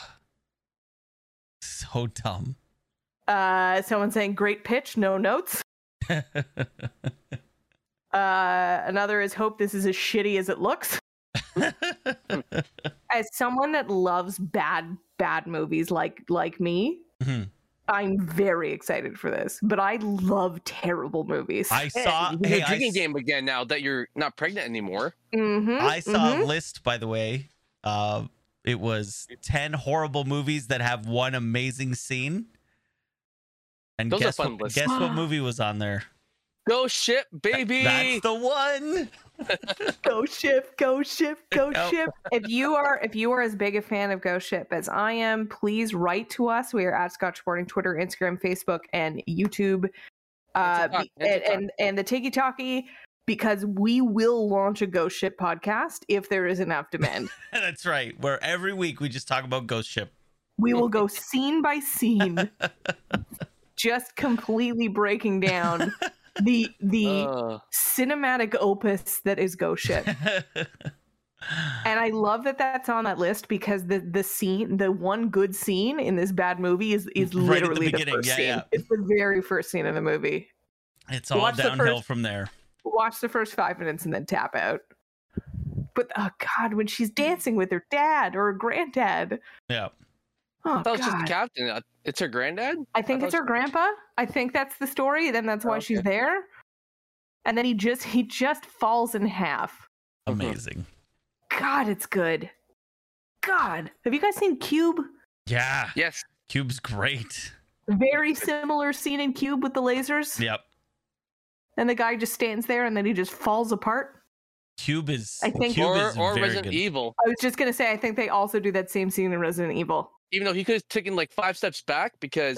[SPEAKER 3] So dumb. *laughs*
[SPEAKER 2] Uh, someone saying, great pitch, no notes.
[SPEAKER 3] Mm-hmm.
[SPEAKER 2] Uh, another is, hope this is as shitty as it looks. As someone that loves bad, bad movies like like me,
[SPEAKER 3] Mhm.
[SPEAKER 2] I'm very excited for this. But I love terrible movies.
[SPEAKER 3] I saw.
[SPEAKER 5] You're
[SPEAKER 3] Hey, I,
[SPEAKER 5] drinking
[SPEAKER 3] s-
[SPEAKER 5] game Mm-hmm. again now that you're not pregnant anymore.
[SPEAKER 2] Mhm,
[SPEAKER 3] I saw
[SPEAKER 2] mhm.
[SPEAKER 3] *laughs* a list, by the way. Uh, it was ten horrible movies that have one amazing scene. And
[SPEAKER 5] Those are
[SPEAKER 3] guess
[SPEAKER 5] fun
[SPEAKER 3] what?
[SPEAKER 5] lists.
[SPEAKER 3] Guess
[SPEAKER 2] *gasps*
[SPEAKER 3] what movie was on there?
[SPEAKER 5] Go ship, baby.
[SPEAKER 3] That's the one. *laughs*
[SPEAKER 2] Go ship, go ship, go
[SPEAKER 3] Yep.
[SPEAKER 2] ship. If you are if you are as big a fan of Go Ship as I am, please write to us. We are at Scotch Sporting Twitter, Instagram, Facebook, and YouTube. Uh,
[SPEAKER 5] TikTok,
[SPEAKER 2] be-
[SPEAKER 5] and
[SPEAKER 2] and,
[SPEAKER 5] TikTok.
[SPEAKER 2] and and the Tiki Talkie because we will launch a Go Ship podcast if there is enough demand.
[SPEAKER 3] That's right. Where every week we just talk about Ghost Ship. *laughs*
[SPEAKER 2] We will go scene by scene, just completely breaking down the the
[SPEAKER 5] Uh,
[SPEAKER 2] cinematic opus that is Go
[SPEAKER 3] *laughs*
[SPEAKER 2] Ship. And I love that that's on that list because the the scene, the one good scene in this bad movie is is
[SPEAKER 3] Right at the
[SPEAKER 2] literally the,
[SPEAKER 3] beginning,
[SPEAKER 2] first
[SPEAKER 3] yeah,
[SPEAKER 2] scene.
[SPEAKER 3] yeah.
[SPEAKER 2] It's the very first scene of the movie.
[SPEAKER 3] it's all
[SPEAKER 2] Watch the
[SPEAKER 3] downhill
[SPEAKER 2] first-
[SPEAKER 3] from there.
[SPEAKER 2] Watch the first five minutes and then tap out. But oh god, when she's dancing with her dad or her granddad.
[SPEAKER 3] Yeah.
[SPEAKER 2] Oh,
[SPEAKER 5] that was just the
[SPEAKER 2] God.
[SPEAKER 5] captain. Uh, It's her granddad.
[SPEAKER 2] I think
[SPEAKER 5] thought
[SPEAKER 2] it's
[SPEAKER 5] it
[SPEAKER 2] her grandpa. I think that's the story. Then that's
[SPEAKER 5] Oh,
[SPEAKER 2] why she's
[SPEAKER 5] okay.
[SPEAKER 2] there. And then he just he just falls in half.
[SPEAKER 5] Mm-hmm.
[SPEAKER 3] Amazing.
[SPEAKER 2] God, it's good. God, have you guys seen Cube?
[SPEAKER 3] Yeah.
[SPEAKER 5] *laughs* Yes.
[SPEAKER 3] Cube's great.
[SPEAKER 2] Very similar scene in Cube with the lasers.
[SPEAKER 3] Yep.
[SPEAKER 2] And the guy just stands there and then he just falls apart.
[SPEAKER 3] Cube is.
[SPEAKER 2] I think-
[SPEAKER 3] Cube
[SPEAKER 5] or
[SPEAKER 3] is
[SPEAKER 5] or
[SPEAKER 3] very
[SPEAKER 5] Resident
[SPEAKER 3] good.
[SPEAKER 5] Evil.
[SPEAKER 2] I was just gonna say I think they also do that same scene in Resident Evil.
[SPEAKER 5] Even though he could have taken like five steps back because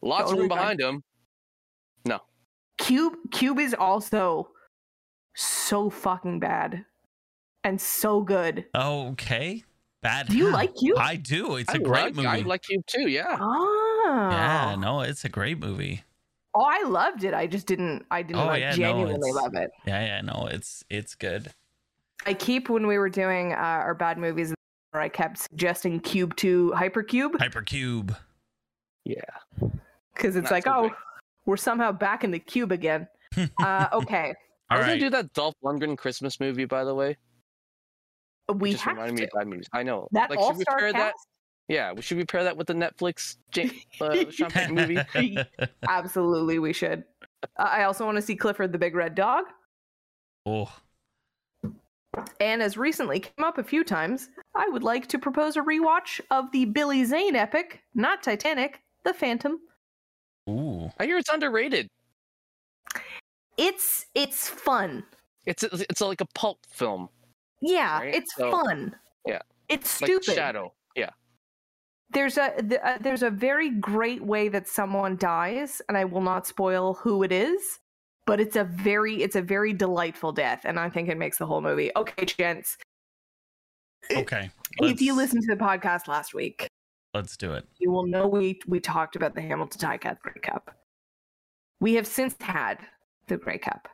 [SPEAKER 5] lots of
[SPEAKER 2] Totally
[SPEAKER 5] room
[SPEAKER 2] fine.
[SPEAKER 5] behind him.
[SPEAKER 2] Cube Cube is also so fucking bad and so good.
[SPEAKER 3] Okay. Bad.
[SPEAKER 2] Do you
[SPEAKER 3] Hat.
[SPEAKER 2] like Cube?
[SPEAKER 3] I do. It's a
[SPEAKER 5] I
[SPEAKER 3] great
[SPEAKER 5] like,
[SPEAKER 3] movie.
[SPEAKER 5] I like you too. Yeah.
[SPEAKER 3] Ah.
[SPEAKER 2] Oh.
[SPEAKER 3] yeah. No, it's a great movie.
[SPEAKER 2] Oh, I loved it. I just didn't I didn't
[SPEAKER 3] Oh,
[SPEAKER 2] like
[SPEAKER 3] yeah, no,
[SPEAKER 2] genuinely
[SPEAKER 3] it's-
[SPEAKER 2] love it.
[SPEAKER 3] Yeah. Yeah. No, it's it's good.
[SPEAKER 2] I keep when we were doing uh, our bad movies where I kept suggesting Cube to Hypercube
[SPEAKER 3] Hypercube.
[SPEAKER 5] Yeah.
[SPEAKER 2] because it's
[SPEAKER 5] Not
[SPEAKER 2] like,
[SPEAKER 5] so
[SPEAKER 2] oh,
[SPEAKER 5] great.
[SPEAKER 2] we're somehow back in the cube
[SPEAKER 5] *laughs*
[SPEAKER 2] again. uh, okay.
[SPEAKER 5] I
[SPEAKER 3] All
[SPEAKER 5] was
[SPEAKER 3] right.
[SPEAKER 5] gonna do that Dolph Lundgren Christmas movie, by the way. It
[SPEAKER 2] We
[SPEAKER 5] just
[SPEAKER 2] have
[SPEAKER 5] reminded me
[SPEAKER 2] to.
[SPEAKER 5] of bad movies. I know.
[SPEAKER 2] That
[SPEAKER 5] like, should we
[SPEAKER 2] all-star
[SPEAKER 5] pair
[SPEAKER 2] cast?
[SPEAKER 5] that? Yeah, we should we pair that with the Netflix
[SPEAKER 2] *laughs*
[SPEAKER 5] Jane, uh, Sean
[SPEAKER 3] *laughs*
[SPEAKER 5] Payton movie?
[SPEAKER 2] Absolutely, we should. Uh, I also want to see Clifford the Big Red Dog.
[SPEAKER 3] oh.
[SPEAKER 2] And as recently came up a few times, I would like to propose a rewatch of the Billy Zane epic, not Titanic, The Phantom.
[SPEAKER 3] Ooh.
[SPEAKER 5] I hear it's underrated.
[SPEAKER 2] It's it's fun.
[SPEAKER 5] It's it's, it's like a pulp film,
[SPEAKER 2] Yeah,
[SPEAKER 5] Right?
[SPEAKER 2] it's
[SPEAKER 5] So-
[SPEAKER 2] fun.
[SPEAKER 5] yeah.
[SPEAKER 2] It's
[SPEAKER 5] like
[SPEAKER 2] stupid.
[SPEAKER 5] Shadow. Yeah,
[SPEAKER 2] there's a th- uh, there's a very great way that someone dies and i will not spoil who it is but it's a very it's a very delightful death and i think it makes the whole movie okay gents
[SPEAKER 3] Okay.
[SPEAKER 2] Eh, if you
[SPEAKER 3] let's-
[SPEAKER 2] listen to the podcast last week
[SPEAKER 3] let's do it.
[SPEAKER 2] you will know we we talked about the hamilton ticat grey cup we have since had the grey cup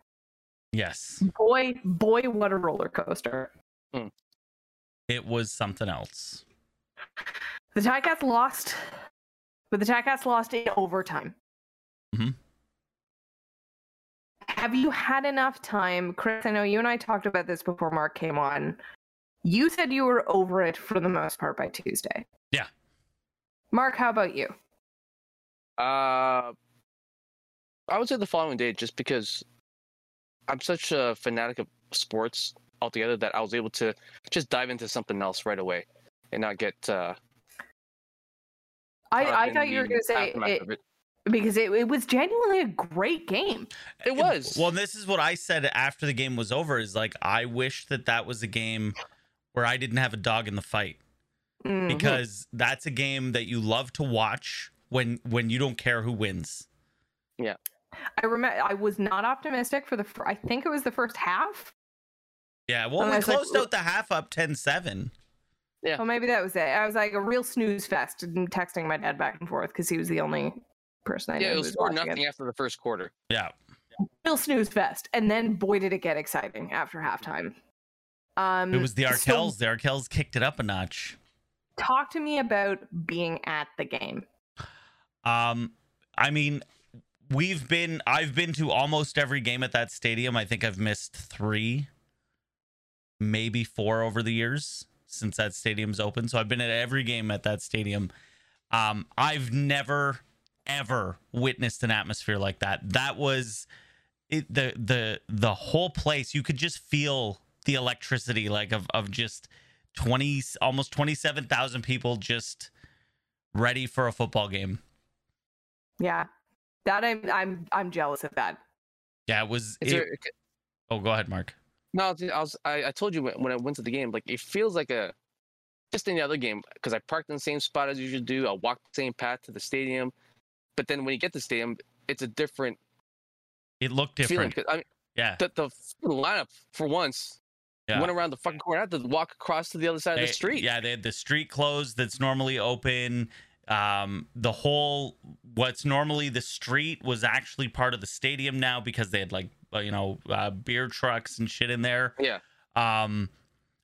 [SPEAKER 3] Yes.
[SPEAKER 2] boy boy what a roller coaster
[SPEAKER 3] It was something else.
[SPEAKER 2] the ticats lost but the ticats lost in overtime
[SPEAKER 3] Mhm.
[SPEAKER 2] have you had enough time chris i know you and i talked about this before mark came on you said you were over it for the most part by tuesday
[SPEAKER 3] Yeah.
[SPEAKER 2] mark how about you
[SPEAKER 5] uh, I would say the following day, just because I'm such a fanatic of sports altogether that I was able to just dive into something else right away and not get. Uh, caught up
[SPEAKER 2] i, I
[SPEAKER 5] in
[SPEAKER 2] thought you were
[SPEAKER 5] the
[SPEAKER 2] going to say
[SPEAKER 5] aftermath
[SPEAKER 2] it,
[SPEAKER 5] of it.
[SPEAKER 2] because it, it was genuinely a great game
[SPEAKER 5] It was.
[SPEAKER 3] Well, this is what I said after the game was over is like I wish that that was a game where I didn't have a dog in the fight
[SPEAKER 2] Mm.
[SPEAKER 3] because that's a game that you love to watch when when you don't care who wins.
[SPEAKER 5] Yeah.
[SPEAKER 2] I remember I was not optimistic for the. Fir- I think it was the first half.
[SPEAKER 3] Yeah, well, we
[SPEAKER 2] Unless, like,
[SPEAKER 3] closed out the half up 10-7.
[SPEAKER 5] Yeah.
[SPEAKER 2] Well, maybe that was it. I was like a real snooze fest, and texting my dad back and forth because he was the only person I knew
[SPEAKER 5] Yeah, it
[SPEAKER 2] who
[SPEAKER 5] was
[SPEAKER 2] was
[SPEAKER 5] four
[SPEAKER 2] watching it.
[SPEAKER 5] nothing after the first quarter.
[SPEAKER 3] Yeah,
[SPEAKER 2] real snooze fest. And then boy did it get exciting after halftime. Um
[SPEAKER 3] it was the
[SPEAKER 2] so
[SPEAKER 3] Arkells. The Arkells kicked it up a notch.
[SPEAKER 2] talk to me about being at the game.
[SPEAKER 3] Um, I mean, we've been I've been to almost every game at that stadium. I think I've missed three, maybe four over the years since that stadium's open. So I've been at every game at that stadium. Um, I've never ever witnessed an atmosphere like that. That was it, the the the whole place. You could just feel the electricity, like of of just twenty almost twenty seven thousand people just ready for a football game.
[SPEAKER 2] Yeah. That I'm I'm I'm jealous of that.
[SPEAKER 3] Yeah, it was.
[SPEAKER 5] It's
[SPEAKER 3] it-
[SPEAKER 5] a-
[SPEAKER 3] oh, go ahead, Mark.
[SPEAKER 5] No, I was, I, was- I- I told you when, when I went to the game, like it feels like a just any other game because I parked in the same spot as you should do. I walked the same path to the stadium, but then when you get to the stadium, it's a different,
[SPEAKER 3] It looked
[SPEAKER 5] feeling.
[SPEAKER 3] different.
[SPEAKER 5] 'cause, I mean,
[SPEAKER 3] Yeah,
[SPEAKER 5] the, the fucking lineup for once
[SPEAKER 3] Yeah.
[SPEAKER 5] went around the fucking corner. I had to walk across to the other side of
[SPEAKER 3] They-
[SPEAKER 5] the street.
[SPEAKER 3] Yeah, they had the street closed that's normally open. Um, the whole what's normally the street was actually part of the stadium now because they had like uh, you know uh, beer trucks and shit in there.
[SPEAKER 5] Yeah.
[SPEAKER 3] Um,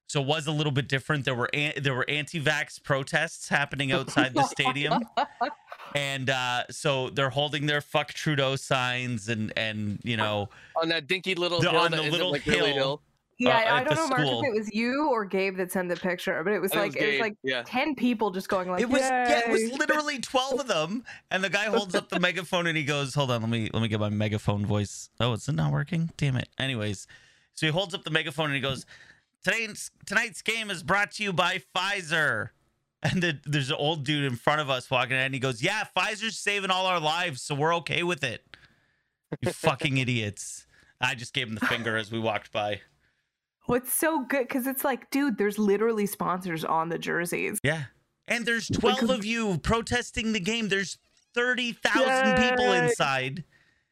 [SPEAKER 3] so it was a little bit different. There were an- there were anti-vax protests happening outside the
[SPEAKER 5] *laughs*
[SPEAKER 3] stadium, and uh, so they're holding their "fuck Trudeau" signs and and you know
[SPEAKER 5] on that dinky little
[SPEAKER 3] The-
[SPEAKER 5] hill
[SPEAKER 3] on
[SPEAKER 5] that
[SPEAKER 3] the
[SPEAKER 5] isn't,
[SPEAKER 3] little
[SPEAKER 5] like, really
[SPEAKER 3] hill.
[SPEAKER 5] hill.
[SPEAKER 2] Yeah,
[SPEAKER 3] Uh, at
[SPEAKER 2] I
[SPEAKER 3] the
[SPEAKER 2] don't know, Mark,
[SPEAKER 3] school.
[SPEAKER 2] if it was you or Gabe that sent the picture, but it was
[SPEAKER 5] I
[SPEAKER 2] like
[SPEAKER 5] think
[SPEAKER 2] it was
[SPEAKER 5] Gabe,
[SPEAKER 2] like
[SPEAKER 5] yeah.
[SPEAKER 2] ten people just going like
[SPEAKER 3] It was yeah, it was
[SPEAKER 2] "Yay."
[SPEAKER 3] literally 12 of them and the guy holds up the megaphone and he goes, "Hold on, let me let me get my megaphone voice. Oh, it's not working. Damn it. Anyways, so he holds up the megaphone and he goes, "Tonight's tonight's game is brought to you by Pfizer." And the, there's an old dude in front of us walking in and he goes, "Yeah, Pfizer's saving all our lives, so we're okay with it." You fucking *laughs* idiots. I just gave him the finger as we walked by.
[SPEAKER 2] What's so good because it's like, dude, there's literally sponsors on the jerseys.
[SPEAKER 3] Yeah. And there's 12 of you protesting the game. There's 30,000 people
[SPEAKER 2] Yay.
[SPEAKER 3] inside.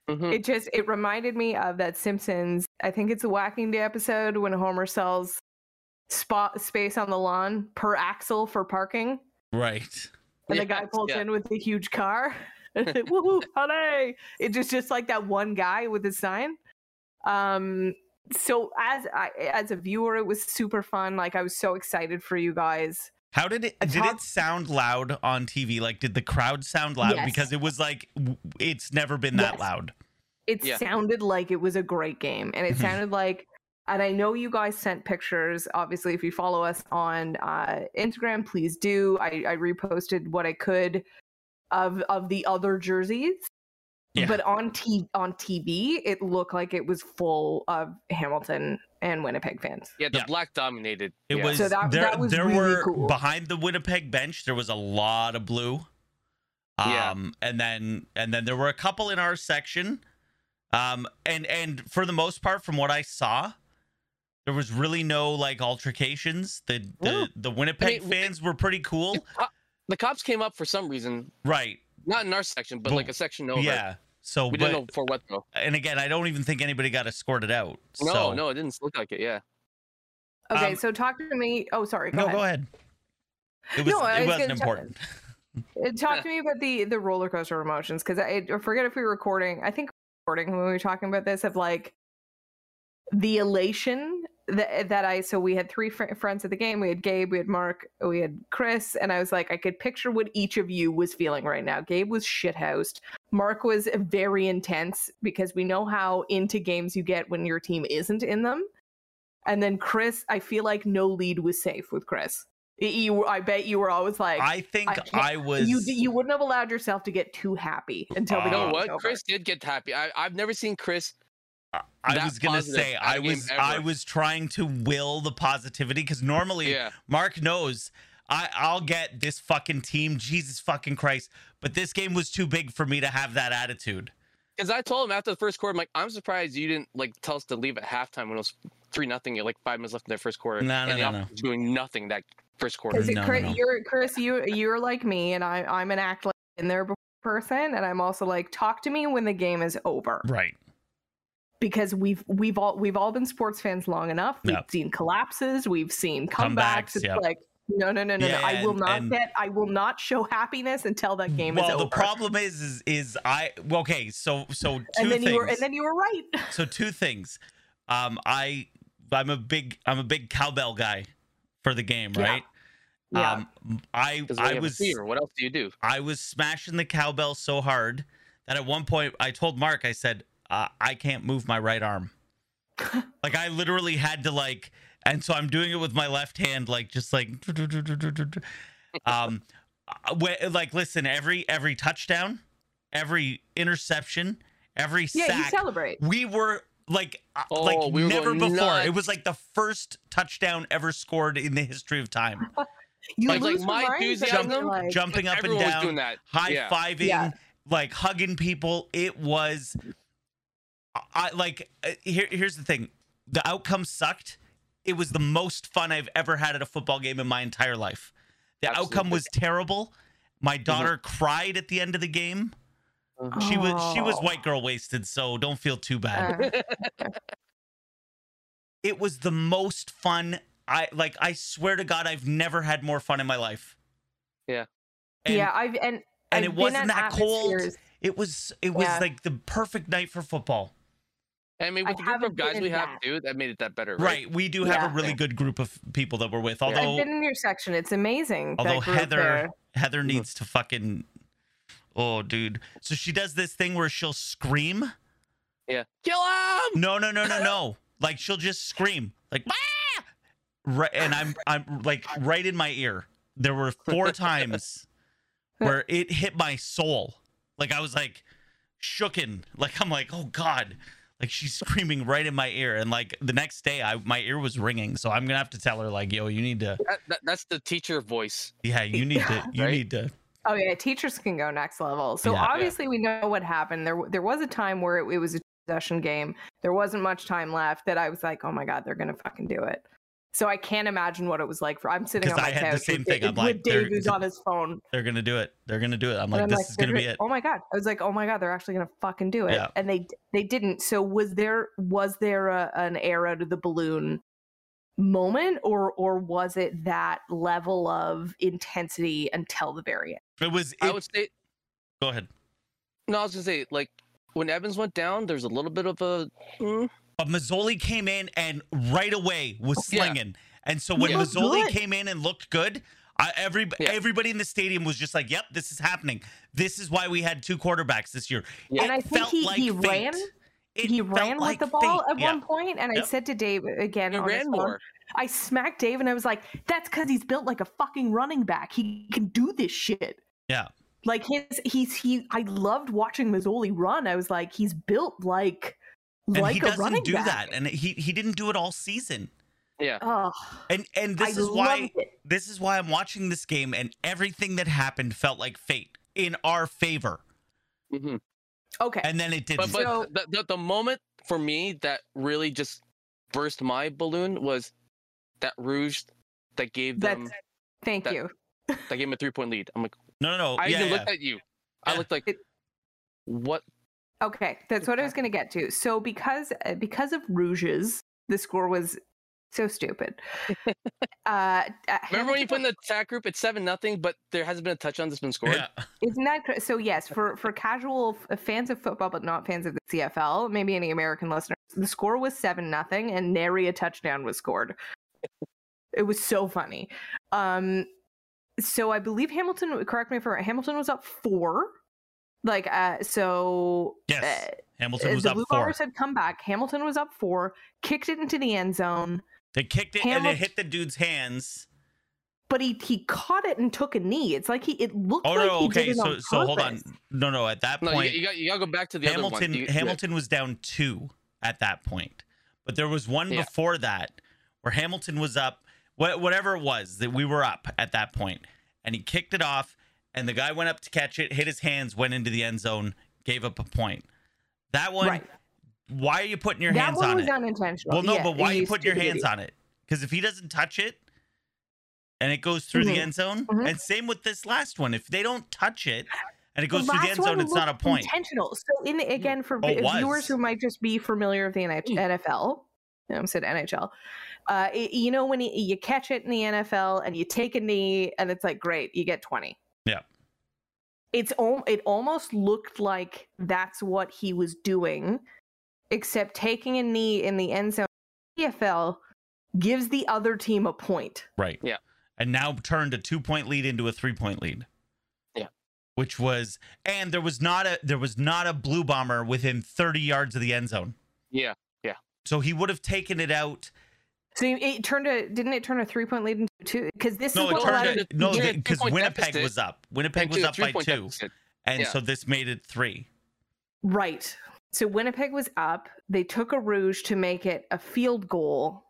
[SPEAKER 5] Mhm.
[SPEAKER 2] It just it reminded me of that Simpsons. I think it's the Whacking Day episode when Homer sells spot space on the lawn per axle for parking,
[SPEAKER 3] Right.
[SPEAKER 2] and the
[SPEAKER 5] Yeah,
[SPEAKER 2] guy pulls
[SPEAKER 5] yeah.
[SPEAKER 2] in with the huge car. *laughs* And it's like, Woohoo, honey! It just just like that one guy with his sign. Um. So as I as a viewer, it was super fun. Like I was so excited for you guys.
[SPEAKER 3] How did it
[SPEAKER 2] I
[SPEAKER 3] did it
[SPEAKER 2] talked-
[SPEAKER 3] sound loud on TV? Like did the crowd sound loud
[SPEAKER 2] Yes.
[SPEAKER 3] because it was like w- it's never been that
[SPEAKER 2] Yes.
[SPEAKER 3] loud.
[SPEAKER 2] it
[SPEAKER 5] Yeah.
[SPEAKER 2] sounded like it was a great game and
[SPEAKER 3] *laughs*
[SPEAKER 2] it
[SPEAKER 3] Mhm.
[SPEAKER 2] sounded like and i know you guys sent pictures obviously if you follow us on uh, instagram please do I, I reposted what i could of of the other jerseys
[SPEAKER 3] Yeah.
[SPEAKER 2] but on t on tv it looked like it was full of hamilton and winnipeg fans
[SPEAKER 5] Yeah, the
[SPEAKER 3] Yeah.
[SPEAKER 5] black dominated.
[SPEAKER 3] It
[SPEAKER 5] yeah.
[SPEAKER 3] was
[SPEAKER 2] So that-
[SPEAKER 3] there
[SPEAKER 2] that was
[SPEAKER 3] there
[SPEAKER 2] really
[SPEAKER 3] were
[SPEAKER 2] cool.
[SPEAKER 3] behind the Winnipeg bench there was a lot of blue.
[SPEAKER 5] Yeah.
[SPEAKER 3] Um and then and then there were a couple in our section. Um and and for the most part from what I saw there was really no like altercations. The the,
[SPEAKER 5] No.
[SPEAKER 3] the Winnipeg
[SPEAKER 5] mean,
[SPEAKER 3] fans were pretty cool.
[SPEAKER 5] the cops came up for some reason,
[SPEAKER 3] Right.
[SPEAKER 5] not in our section, but
[SPEAKER 3] Well,
[SPEAKER 5] like a section over.
[SPEAKER 3] Yeah. So
[SPEAKER 5] we
[SPEAKER 3] but,
[SPEAKER 5] didn't know for what though.
[SPEAKER 3] and again, I don't even think anybody got escorted out.
[SPEAKER 5] No,
[SPEAKER 3] so.
[SPEAKER 5] no, it didn't look like it. Yeah,
[SPEAKER 2] okay
[SPEAKER 3] Um,
[SPEAKER 2] so talk to me oh sorry go
[SPEAKER 3] no,
[SPEAKER 2] ahead.
[SPEAKER 3] go ahead. It was
[SPEAKER 2] No, I
[SPEAKER 3] it
[SPEAKER 2] was
[SPEAKER 3] wasn't
[SPEAKER 2] gonna talk-
[SPEAKER 3] important.
[SPEAKER 2] Uh, Talk to me about the the roller coaster of emotions because I, I forget if we were recording. I think we were recording when we were talking about this of like the elation that that I so we had three fr- friends at the game. We had Gabe, we had Mark, we had Chris, and I was like I could picture what each of you was feeling right now. Gabe was shithoused. Mark was very intense because we know how into games you get when your team isn't in them. And then Chris, I feel like no lead was safe with Chris. You, I bet you were always like,
[SPEAKER 3] I think
[SPEAKER 2] I
[SPEAKER 3] I,
[SPEAKER 2] can't-
[SPEAKER 3] was
[SPEAKER 2] you you wouldn't have allowed yourself to get too happy until the
[SPEAKER 3] Uh,
[SPEAKER 5] you
[SPEAKER 2] game
[SPEAKER 5] know
[SPEAKER 2] was
[SPEAKER 5] what?
[SPEAKER 2] over.
[SPEAKER 5] Chris did get happy. I, I've never seen Chris
[SPEAKER 3] I
[SPEAKER 5] that
[SPEAKER 3] was gonna
[SPEAKER 5] positive
[SPEAKER 3] say
[SPEAKER 5] at a
[SPEAKER 3] I
[SPEAKER 5] game
[SPEAKER 3] was I
[SPEAKER 5] ever.
[SPEAKER 3] was trying to will the positivity because normally
[SPEAKER 5] Yeah.
[SPEAKER 3] Mark knows I, I'll get this fucking team, Jesus fucking Christ. But this game was too big for me to have that attitude.
[SPEAKER 5] Because I told him after the first quarter, I'm like, I'm surprised you didn't like tell us to leave at halftime when it was three nothing, like five minutes left in that first quarter.
[SPEAKER 3] No, no,
[SPEAKER 5] and the
[SPEAKER 3] no,
[SPEAKER 5] offense
[SPEAKER 3] no. Mm,
[SPEAKER 5] was doing nothing that first quarter.
[SPEAKER 2] Because
[SPEAKER 3] No,
[SPEAKER 2] Chris,
[SPEAKER 3] no, no.
[SPEAKER 2] you're Chris, you you're like me, and I I'm an act like in there before person, and I'm also like, talk to me when the game is over
[SPEAKER 3] Right.
[SPEAKER 2] because we've we've all we've all been sports fans long enough. We've
[SPEAKER 3] Yeah.
[SPEAKER 2] seen collapses, we've seen
[SPEAKER 3] Comebacks,
[SPEAKER 2] comebacks. it's
[SPEAKER 3] yeah.
[SPEAKER 2] like no, no, no, no,
[SPEAKER 3] Yeah,
[SPEAKER 2] no. I will
[SPEAKER 3] and-
[SPEAKER 2] not
[SPEAKER 3] and-
[SPEAKER 2] get. I will not show happiness until that game
[SPEAKER 3] well,
[SPEAKER 2] is over.
[SPEAKER 3] the problem is, is, is I well, okay. So, so two
[SPEAKER 2] and then
[SPEAKER 3] things.
[SPEAKER 2] you were, and then you were right. *laughs*
[SPEAKER 3] so two things. Um, I I'm a big I'm a big cowbell guy for the game,
[SPEAKER 2] Yeah.
[SPEAKER 3] right?
[SPEAKER 2] Yeah.
[SPEAKER 3] Um, I
[SPEAKER 5] Because
[SPEAKER 3] I was
[SPEAKER 5] What else do you do?
[SPEAKER 3] I was smashing the cowbell so hard that at one point I told Mark, I said, uh, I can't move my right
[SPEAKER 5] *laughs*
[SPEAKER 3] arm. like I literally had to like, and so I'm doing it with my left hand, like just like, um, uh, wh- like listen, every every touchdown, every interception, every
[SPEAKER 2] yeah, you
[SPEAKER 3] sack,
[SPEAKER 2] celebrate.
[SPEAKER 3] we were like uh,
[SPEAKER 5] Oh,
[SPEAKER 3] like
[SPEAKER 5] we were
[SPEAKER 3] never
[SPEAKER 5] going
[SPEAKER 3] before.
[SPEAKER 5] nuts.
[SPEAKER 3] It was like the first touchdown ever scored in the history of time.
[SPEAKER 2] You
[SPEAKER 5] Like- like
[SPEAKER 2] lose
[SPEAKER 5] my
[SPEAKER 2] the right, but then
[SPEAKER 5] enthusiasm
[SPEAKER 2] you're like,
[SPEAKER 3] Jumping up and
[SPEAKER 5] Everyone was
[SPEAKER 3] down,
[SPEAKER 5] doing that.
[SPEAKER 3] high
[SPEAKER 5] Yeah.
[SPEAKER 3] fiving,
[SPEAKER 2] Yeah.
[SPEAKER 3] like hugging people. It was, I like. uh, Here, here's the thing: the outcome sucked. It was the most fun I've ever had at a football game in my entire life. The outcome
[SPEAKER 5] Absolutely. Mm-hmm.
[SPEAKER 3] was terrible. My daughter cried at the end of the game. She was she was
[SPEAKER 2] Oh.
[SPEAKER 3] white girl wasted, so don't feel too bad.
[SPEAKER 2] Uh,
[SPEAKER 3] it was the most fun i like i swear to god i've never had more fun in my life
[SPEAKER 5] Yeah.
[SPEAKER 3] and,
[SPEAKER 2] yeah, I've and
[SPEAKER 3] and
[SPEAKER 2] I've
[SPEAKER 3] it
[SPEAKER 2] been
[SPEAKER 3] wasn't
[SPEAKER 2] at
[SPEAKER 3] that cold
[SPEAKER 2] atmospheres-
[SPEAKER 3] it was it was
[SPEAKER 2] Yeah.
[SPEAKER 3] like the perfect night for football
[SPEAKER 5] I mean,
[SPEAKER 2] I
[SPEAKER 5] with the group
[SPEAKER 2] haven't
[SPEAKER 5] of guys
[SPEAKER 2] been
[SPEAKER 5] we
[SPEAKER 2] in
[SPEAKER 5] have,
[SPEAKER 2] that.
[SPEAKER 5] dude, that made it that better.
[SPEAKER 3] right, we do have a
[SPEAKER 2] Yeah.
[SPEAKER 3] really good group of people that we're with
[SPEAKER 2] I've
[SPEAKER 3] although
[SPEAKER 2] been in your section. It's amazing. that
[SPEAKER 3] although
[SPEAKER 2] group
[SPEAKER 3] heather
[SPEAKER 2] there.
[SPEAKER 3] heather needs to fucking oh dude so she does this thing where she'll scream
[SPEAKER 5] Yeah. Kill him.
[SPEAKER 3] no no no no no like she'll just scream like "Ah!" right and i'm i'm like right in my ear there were four times where it hit my soul like i was like shooken like i'm like oh god like she's screaming right in my ear and like the next day i my ear was ringing so i'm gonna have to tell her like yo you need to
[SPEAKER 5] That, that, that's the teacher voice.
[SPEAKER 3] yeah you need to you
[SPEAKER 5] Right?
[SPEAKER 3] need to
[SPEAKER 2] Oh yeah, teachers can go next level. So
[SPEAKER 3] Yeah. Yeah.
[SPEAKER 2] obviously we know what happened. There there was a time where it, it was a possession game. There wasn't much time left that I was like, oh my god, they're gonna fucking do it. So I can't imagine what it was like for. I'm sitting
[SPEAKER 3] 'Cause
[SPEAKER 2] on
[SPEAKER 3] I
[SPEAKER 2] my
[SPEAKER 3] had the
[SPEAKER 2] couch
[SPEAKER 3] same
[SPEAKER 2] with,
[SPEAKER 3] thing. I'm
[SPEAKER 2] with
[SPEAKER 3] like, they're-
[SPEAKER 2] Dave who's on his phone.
[SPEAKER 3] they're gonna do it they're gonna do it i'm
[SPEAKER 2] and
[SPEAKER 3] like
[SPEAKER 2] I'm
[SPEAKER 3] this is
[SPEAKER 2] "They're
[SPEAKER 3] gonna be it
[SPEAKER 2] Oh my god! I was like, oh my god, they're actually gonna fucking do it,
[SPEAKER 3] Yeah.
[SPEAKER 2] and they they didn't. So was there was there a, an arrow to the balloon moment, or or was it that level of intensity until the very end?
[SPEAKER 3] it was
[SPEAKER 5] I
[SPEAKER 3] it-
[SPEAKER 5] would say
[SPEAKER 3] go ahead
[SPEAKER 5] No, I was gonna say like when Evans went down, there's a little bit of a mm,
[SPEAKER 3] But Mazzoli came in and right away was
[SPEAKER 5] Yeah.
[SPEAKER 3] slinging. And so when
[SPEAKER 2] He looked
[SPEAKER 3] Mazzoli
[SPEAKER 2] good.
[SPEAKER 3] came in and looked good, I, every
[SPEAKER 5] Yeah.
[SPEAKER 3] everybody in the stadium was just like, "Yep, this is happening. This is why we had two quarterbacks this year."
[SPEAKER 5] Yeah.
[SPEAKER 2] And I think he- he ran-
[SPEAKER 3] It
[SPEAKER 2] he
[SPEAKER 3] felt
[SPEAKER 2] ran with
[SPEAKER 3] like
[SPEAKER 2] the ball
[SPEAKER 3] fate.
[SPEAKER 2] at
[SPEAKER 3] Yeah.
[SPEAKER 2] one point, and
[SPEAKER 3] Yep.
[SPEAKER 2] I said to Dave again,
[SPEAKER 5] he
[SPEAKER 2] on his
[SPEAKER 5] ran
[SPEAKER 2] phone,
[SPEAKER 5] more.
[SPEAKER 2] I smacked Dave, and I was like, "That's because he's built like a fucking running back. He can do this shit."
[SPEAKER 3] Yeah.
[SPEAKER 2] like his he's he. I loved watching Mazzoli run. I was like, he's built like
[SPEAKER 3] And
[SPEAKER 2] like
[SPEAKER 3] he
[SPEAKER 2] a running
[SPEAKER 3] doesn't do
[SPEAKER 2] back.
[SPEAKER 3] that, and he he didn't do it all season.
[SPEAKER 5] Yeah.
[SPEAKER 2] Oh,
[SPEAKER 3] And and
[SPEAKER 2] I
[SPEAKER 3] this is
[SPEAKER 2] loved
[SPEAKER 3] why
[SPEAKER 2] it.
[SPEAKER 3] this is why I'm watching this game, and everything that happened felt like fate in our favor.
[SPEAKER 5] hmm
[SPEAKER 2] Okay,
[SPEAKER 3] And then it didn't.
[SPEAKER 5] But but
[SPEAKER 2] So-
[SPEAKER 5] the, the the moment for me that really just burst my balloon was that Rouge that gave them
[SPEAKER 2] that's thank
[SPEAKER 5] that-
[SPEAKER 2] you.
[SPEAKER 5] that gave him a three point lead. I'm like,
[SPEAKER 3] no, no, no.
[SPEAKER 5] I
[SPEAKER 3] Oh, yeah,
[SPEAKER 5] even
[SPEAKER 3] yeah.
[SPEAKER 5] looked at you.
[SPEAKER 3] Yeah.
[SPEAKER 5] I looked like
[SPEAKER 2] It-
[SPEAKER 5] what?
[SPEAKER 2] Okay, that's what I was going to get to. So because uh, because of Rouge's, the score was so
[SPEAKER 3] *laughs*
[SPEAKER 2] stupid. uh,
[SPEAKER 5] Remember when you put in the chat group? It's seven nothing, but there hasn't been a touchdown that's been scored.
[SPEAKER 3] Yeah.
[SPEAKER 2] Isn't that cra- so? Yes, for for casual f- uh, fans of football, but not fans of the CFL, maybe any American listeners, the score was seven nothing, and nary a touchdown was scored. it was so funny. Um, so I believe Hamilton. Correct me if I'm wrong. Hamilton was up four. Like uh, so.
[SPEAKER 3] Yes,
[SPEAKER 2] uh,
[SPEAKER 3] Hamilton was
[SPEAKER 2] the
[SPEAKER 3] up
[SPEAKER 2] Blue
[SPEAKER 3] four.
[SPEAKER 2] Bombers had come back. Hamilton was up four, kicked it into the end zone,
[SPEAKER 3] They kicked it and it
[SPEAKER 2] Hamilton-
[SPEAKER 3] hit the dude's hands.
[SPEAKER 2] but he he caught it and took a knee. It's like he it looked
[SPEAKER 3] Oh
[SPEAKER 2] like
[SPEAKER 3] no,
[SPEAKER 2] he
[SPEAKER 3] okay.
[SPEAKER 2] did it
[SPEAKER 3] So
[SPEAKER 2] on
[SPEAKER 3] so hold on.
[SPEAKER 2] purpose.
[SPEAKER 3] No, no, at that
[SPEAKER 5] No, you,
[SPEAKER 3] point
[SPEAKER 5] you got you gotta go back to the other
[SPEAKER 3] Hamilton
[SPEAKER 5] one. You-
[SPEAKER 3] Hamilton was down 2 at that point. But there was one
[SPEAKER 5] Yeah.
[SPEAKER 3] before that where Hamilton was up wha- whatever it was that we were up at that point and he kicked it off and the guy went up to catch it, hit his hands, went into the end zone, gave up a point. That one
[SPEAKER 2] Right.
[SPEAKER 3] why are you putting your
[SPEAKER 2] that
[SPEAKER 3] hands
[SPEAKER 2] one
[SPEAKER 3] on
[SPEAKER 2] was
[SPEAKER 3] it?
[SPEAKER 2] unintentional.
[SPEAKER 3] Well, no,
[SPEAKER 2] Yeah,
[SPEAKER 3] but why are you
[SPEAKER 2] you
[SPEAKER 3] putting your
[SPEAKER 2] stupid
[SPEAKER 3] hands
[SPEAKER 2] idiot.
[SPEAKER 3] on it? Because if he doesn't touch it and it goes through the
[SPEAKER 2] Mhm.
[SPEAKER 3] end zone,
[SPEAKER 2] Mhm.
[SPEAKER 3] and same with this last one, if they don't touch it and it goes
[SPEAKER 2] The
[SPEAKER 3] through the
[SPEAKER 2] last
[SPEAKER 3] end zone.
[SPEAKER 2] one
[SPEAKER 3] It's not a
[SPEAKER 2] looked
[SPEAKER 3] point.
[SPEAKER 2] Intentional. So in again for
[SPEAKER 3] Oh, it was.
[SPEAKER 2] viewers who might just be familiar with the NH- NFL, I almost said NHL. Uh, it- you know when you, you catch it in the NFL and you take a knee and it's like great, you get twenty.
[SPEAKER 3] Yeah.
[SPEAKER 2] It's al- it almost looked like that's what he was doing, except taking a knee in the end zone. NFL gives the other team a point.
[SPEAKER 3] Right.
[SPEAKER 5] Yeah.
[SPEAKER 3] And now turned a two point lead into a three point lead.
[SPEAKER 5] Yeah.
[SPEAKER 3] Which was and there was not a there was not a blue bomber within 30 yards of the end zone.
[SPEAKER 5] Yeah.
[SPEAKER 3] So he would have taken it out.
[SPEAKER 2] So it turned a didn't it turn a three point lead into two? Because this
[SPEAKER 3] No,
[SPEAKER 2] is
[SPEAKER 3] it
[SPEAKER 2] what a lot of
[SPEAKER 3] turned
[SPEAKER 5] allowed
[SPEAKER 3] it, no
[SPEAKER 5] it- Yeah,
[SPEAKER 3] because
[SPEAKER 5] two-point
[SPEAKER 3] Winnipeg
[SPEAKER 5] deficit.
[SPEAKER 3] was up. Winnipeg
[SPEAKER 5] And
[SPEAKER 3] was
[SPEAKER 5] two-
[SPEAKER 3] up by two,
[SPEAKER 5] three-point deficit.
[SPEAKER 3] and
[SPEAKER 5] yeah.
[SPEAKER 3] so this made it three.
[SPEAKER 2] Right. So Winnipeg was up. They took a rouge to make it a field goal,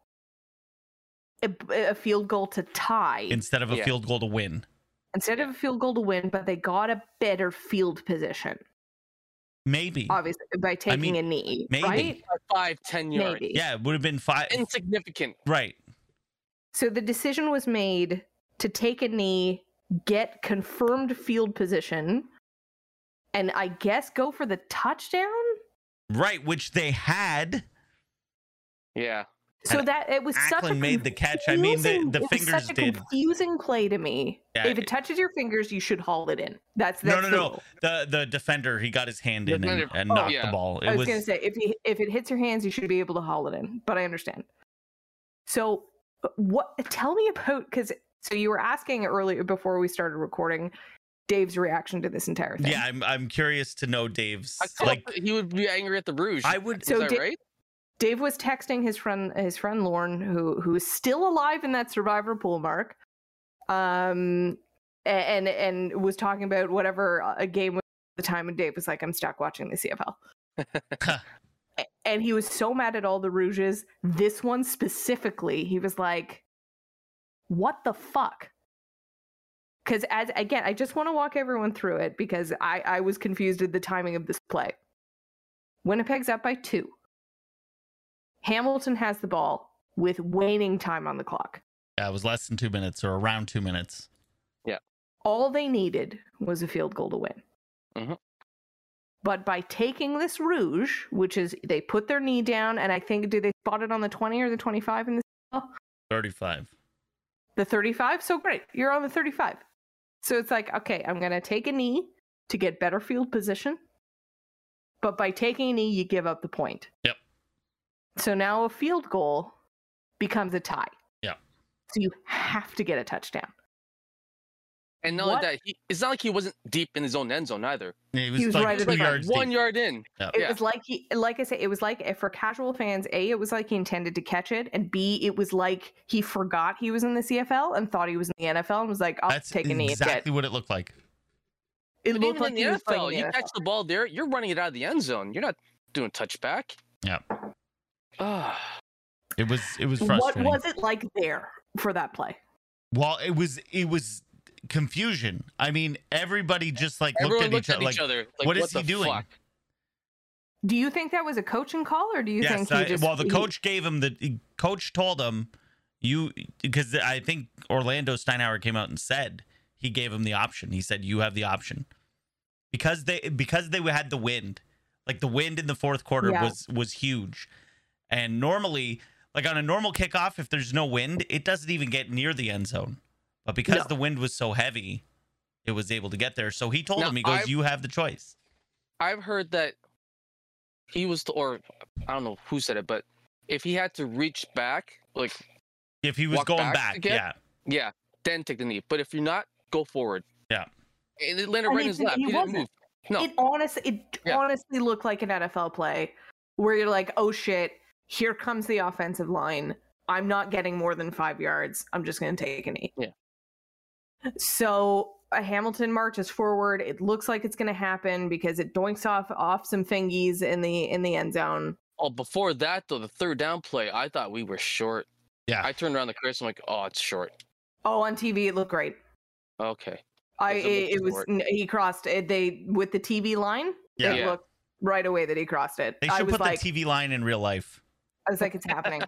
[SPEAKER 2] a, a field goal to tie
[SPEAKER 3] instead of a
[SPEAKER 5] Yeah.
[SPEAKER 3] field goal to win.
[SPEAKER 2] instead of a field goal to win, but they got a better field position,
[SPEAKER 3] Maybe.
[SPEAKER 2] obviously, by taking
[SPEAKER 3] mean,
[SPEAKER 2] a knee.
[SPEAKER 3] maybe.
[SPEAKER 2] Right?
[SPEAKER 5] By Five, ten yards.
[SPEAKER 2] Maybe.
[SPEAKER 3] Yeah, it would have been five.
[SPEAKER 5] Insignificant.
[SPEAKER 3] Right.
[SPEAKER 2] So the decision was made to take a knee, get confirmed field position, and I guess go for the touchdown.
[SPEAKER 3] Right, which they had.
[SPEAKER 5] Yeah.
[SPEAKER 2] So
[SPEAKER 3] And
[SPEAKER 2] that it was such a
[SPEAKER 3] Acklin made the catch. I mean, the,
[SPEAKER 2] confusing-
[SPEAKER 3] the
[SPEAKER 2] it was
[SPEAKER 3] fingers
[SPEAKER 2] such a
[SPEAKER 3] did.
[SPEAKER 2] confusing play to me.
[SPEAKER 3] Yeah,
[SPEAKER 2] if it
[SPEAKER 3] it-
[SPEAKER 2] touches your fingers, you should haul it in. That's, that's
[SPEAKER 3] No,
[SPEAKER 2] the
[SPEAKER 3] no, no.
[SPEAKER 2] rule.
[SPEAKER 3] The the defender, he got his hand in and,
[SPEAKER 5] Defender-
[SPEAKER 3] and
[SPEAKER 5] oh,
[SPEAKER 3] knocked
[SPEAKER 5] yeah.
[SPEAKER 3] the ball. It
[SPEAKER 2] I was,
[SPEAKER 3] was,
[SPEAKER 2] gonna say if you if it hits your hands, you should be able to haul it in. But I understand. So uh, what? Tell me about because so you were asking earlier before we started recording Dave's reaction to this entire thing.
[SPEAKER 3] yeah. I'm I'm curious to know Dave's
[SPEAKER 5] I thought
[SPEAKER 3] like.
[SPEAKER 5] he would be angry at the Rouge.
[SPEAKER 3] I would.
[SPEAKER 5] Is
[SPEAKER 2] So
[SPEAKER 5] that
[SPEAKER 2] did-
[SPEAKER 5] right?
[SPEAKER 2] Dave was texting his friend his friend Lorne, who who is still alive in that survivor pool, Mark. Um a- and and was talking about whatever uh, a game was at the time and Dave was like, I'm stuck watching the CFL. A- and he was so mad at all the rouges. This one specifically, he was like, What the fuck? Cause as again, I just want to walk everyone through it because I, I was confused at the timing of this play. Winnipeg's up by two. Hamilton has the ball with waning time on the clock.
[SPEAKER 3] Yeah, it was less than two minutes or around two minutes.
[SPEAKER 2] All they needed was a field goal to win.
[SPEAKER 5] Mhm.
[SPEAKER 2] But by taking this rouge, which is they put their knee down, and I think do they spot it on the twenty or the twenty-five in the
[SPEAKER 3] Thirty-five.
[SPEAKER 2] the thirty-five? So great, you're on the thirty-five. So it's like okay, I'm gonna take a knee to get better field position. But by taking a knee, you give up the point.
[SPEAKER 3] Yep.
[SPEAKER 2] So now a field goal becomes a tie.
[SPEAKER 3] Yep.
[SPEAKER 2] So you have to get a touchdown.
[SPEAKER 5] And not only
[SPEAKER 2] What?
[SPEAKER 5] that, he, it's not like he wasn't deep in his own end zone either.
[SPEAKER 3] It was,
[SPEAKER 2] He was
[SPEAKER 3] like
[SPEAKER 2] right at
[SPEAKER 3] two
[SPEAKER 2] the-
[SPEAKER 3] yards
[SPEAKER 5] One
[SPEAKER 3] deep.
[SPEAKER 5] yard in.
[SPEAKER 2] It
[SPEAKER 5] Yeah.
[SPEAKER 2] was like he, like I say, it was like eh, for casual fans, a, it was like he intended to catch it, and b, it was like he forgot he was in the CFL and thought he was in the NFL and was like, "I'll
[SPEAKER 3] That's
[SPEAKER 2] take a knee." and get-
[SPEAKER 3] exactly what it looked like.
[SPEAKER 2] It
[SPEAKER 5] But
[SPEAKER 2] looked
[SPEAKER 5] even
[SPEAKER 2] like
[SPEAKER 5] in the
[SPEAKER 2] he was playing
[SPEAKER 5] NFL,
[SPEAKER 2] in
[SPEAKER 5] you
[SPEAKER 2] the NFL.
[SPEAKER 5] catch the ball there, you're running it out of the end zone. You're not doing touchback.
[SPEAKER 3] Yeah.
[SPEAKER 5] Ah.
[SPEAKER 3] It was it was
[SPEAKER 2] What
[SPEAKER 3] frustrating.
[SPEAKER 2] was it like there for that play?
[SPEAKER 3] Well, it was it was confusion. I mean, everybody just like
[SPEAKER 5] Everyone
[SPEAKER 3] looked
[SPEAKER 5] looked
[SPEAKER 3] at each,
[SPEAKER 5] at
[SPEAKER 3] other.
[SPEAKER 5] each other. Like,
[SPEAKER 3] what is he
[SPEAKER 5] the
[SPEAKER 3] doing?
[SPEAKER 5] fuck?
[SPEAKER 2] Do you think that was a coaching call, or do you think
[SPEAKER 3] yes,
[SPEAKER 2] he
[SPEAKER 3] I,
[SPEAKER 2] just?
[SPEAKER 3] well, the
[SPEAKER 2] he-
[SPEAKER 3] coach gave him the he- coach told him you because I think Orlando Steinhauer came out and said he gave him the option. He said you have the option because they because they had the wind, like the wind in the fourth quarter
[SPEAKER 2] Yeah.
[SPEAKER 3] was was huge, and normally like on a normal kickoff if there's no wind it doesn't even get near the end zone, but because
[SPEAKER 2] No.
[SPEAKER 3] the wind was so heavy, it was able to get there. So he told
[SPEAKER 5] Now,
[SPEAKER 3] him he goes
[SPEAKER 5] I've-
[SPEAKER 3] you have the choice.
[SPEAKER 5] I've heard that he was, to, or I don't know who said it, but if he had to reach back, like,
[SPEAKER 3] If he was
[SPEAKER 5] Walk
[SPEAKER 3] going
[SPEAKER 5] back
[SPEAKER 3] back,
[SPEAKER 5] to get-
[SPEAKER 3] yeah,
[SPEAKER 5] yeah, then take the knee. But if you're not, go forward.
[SPEAKER 3] Yeah.
[SPEAKER 5] And it landed
[SPEAKER 2] And
[SPEAKER 5] right
[SPEAKER 2] he
[SPEAKER 5] in his
[SPEAKER 2] didn't-
[SPEAKER 5] lap.
[SPEAKER 2] he
[SPEAKER 5] He, didn't
[SPEAKER 2] wasn't.
[SPEAKER 5] move. No.
[SPEAKER 2] It honestly, it
[SPEAKER 5] Yeah.
[SPEAKER 2] honestly looked like an NFL play where you're like, "Oh shit, here comes the offensive line. I'm not getting more than five yards. I'm just going to take a knee."
[SPEAKER 5] Yeah.
[SPEAKER 2] So a Hamilton marches forward. It looks like it's going to happen because it doinks off off some fingies in the in the end zone.
[SPEAKER 5] Oh, before that though, the third down play, I thought we were short.
[SPEAKER 3] Yeah.
[SPEAKER 5] I turned around the Chris. I'm like, oh, it's short.
[SPEAKER 2] Oh, on TV it looked great.
[SPEAKER 5] Okay.
[SPEAKER 2] I
[SPEAKER 5] It looked
[SPEAKER 2] it, it was
[SPEAKER 5] short.
[SPEAKER 2] n- he crossed it. They with the TV line.
[SPEAKER 3] Yeah.
[SPEAKER 2] It
[SPEAKER 5] Yeah.
[SPEAKER 2] looked right away that he crossed it.
[SPEAKER 3] they
[SPEAKER 2] I
[SPEAKER 3] should
[SPEAKER 2] was
[SPEAKER 3] put
[SPEAKER 2] like,
[SPEAKER 3] the TV line in real life.
[SPEAKER 2] I was like, it's happening.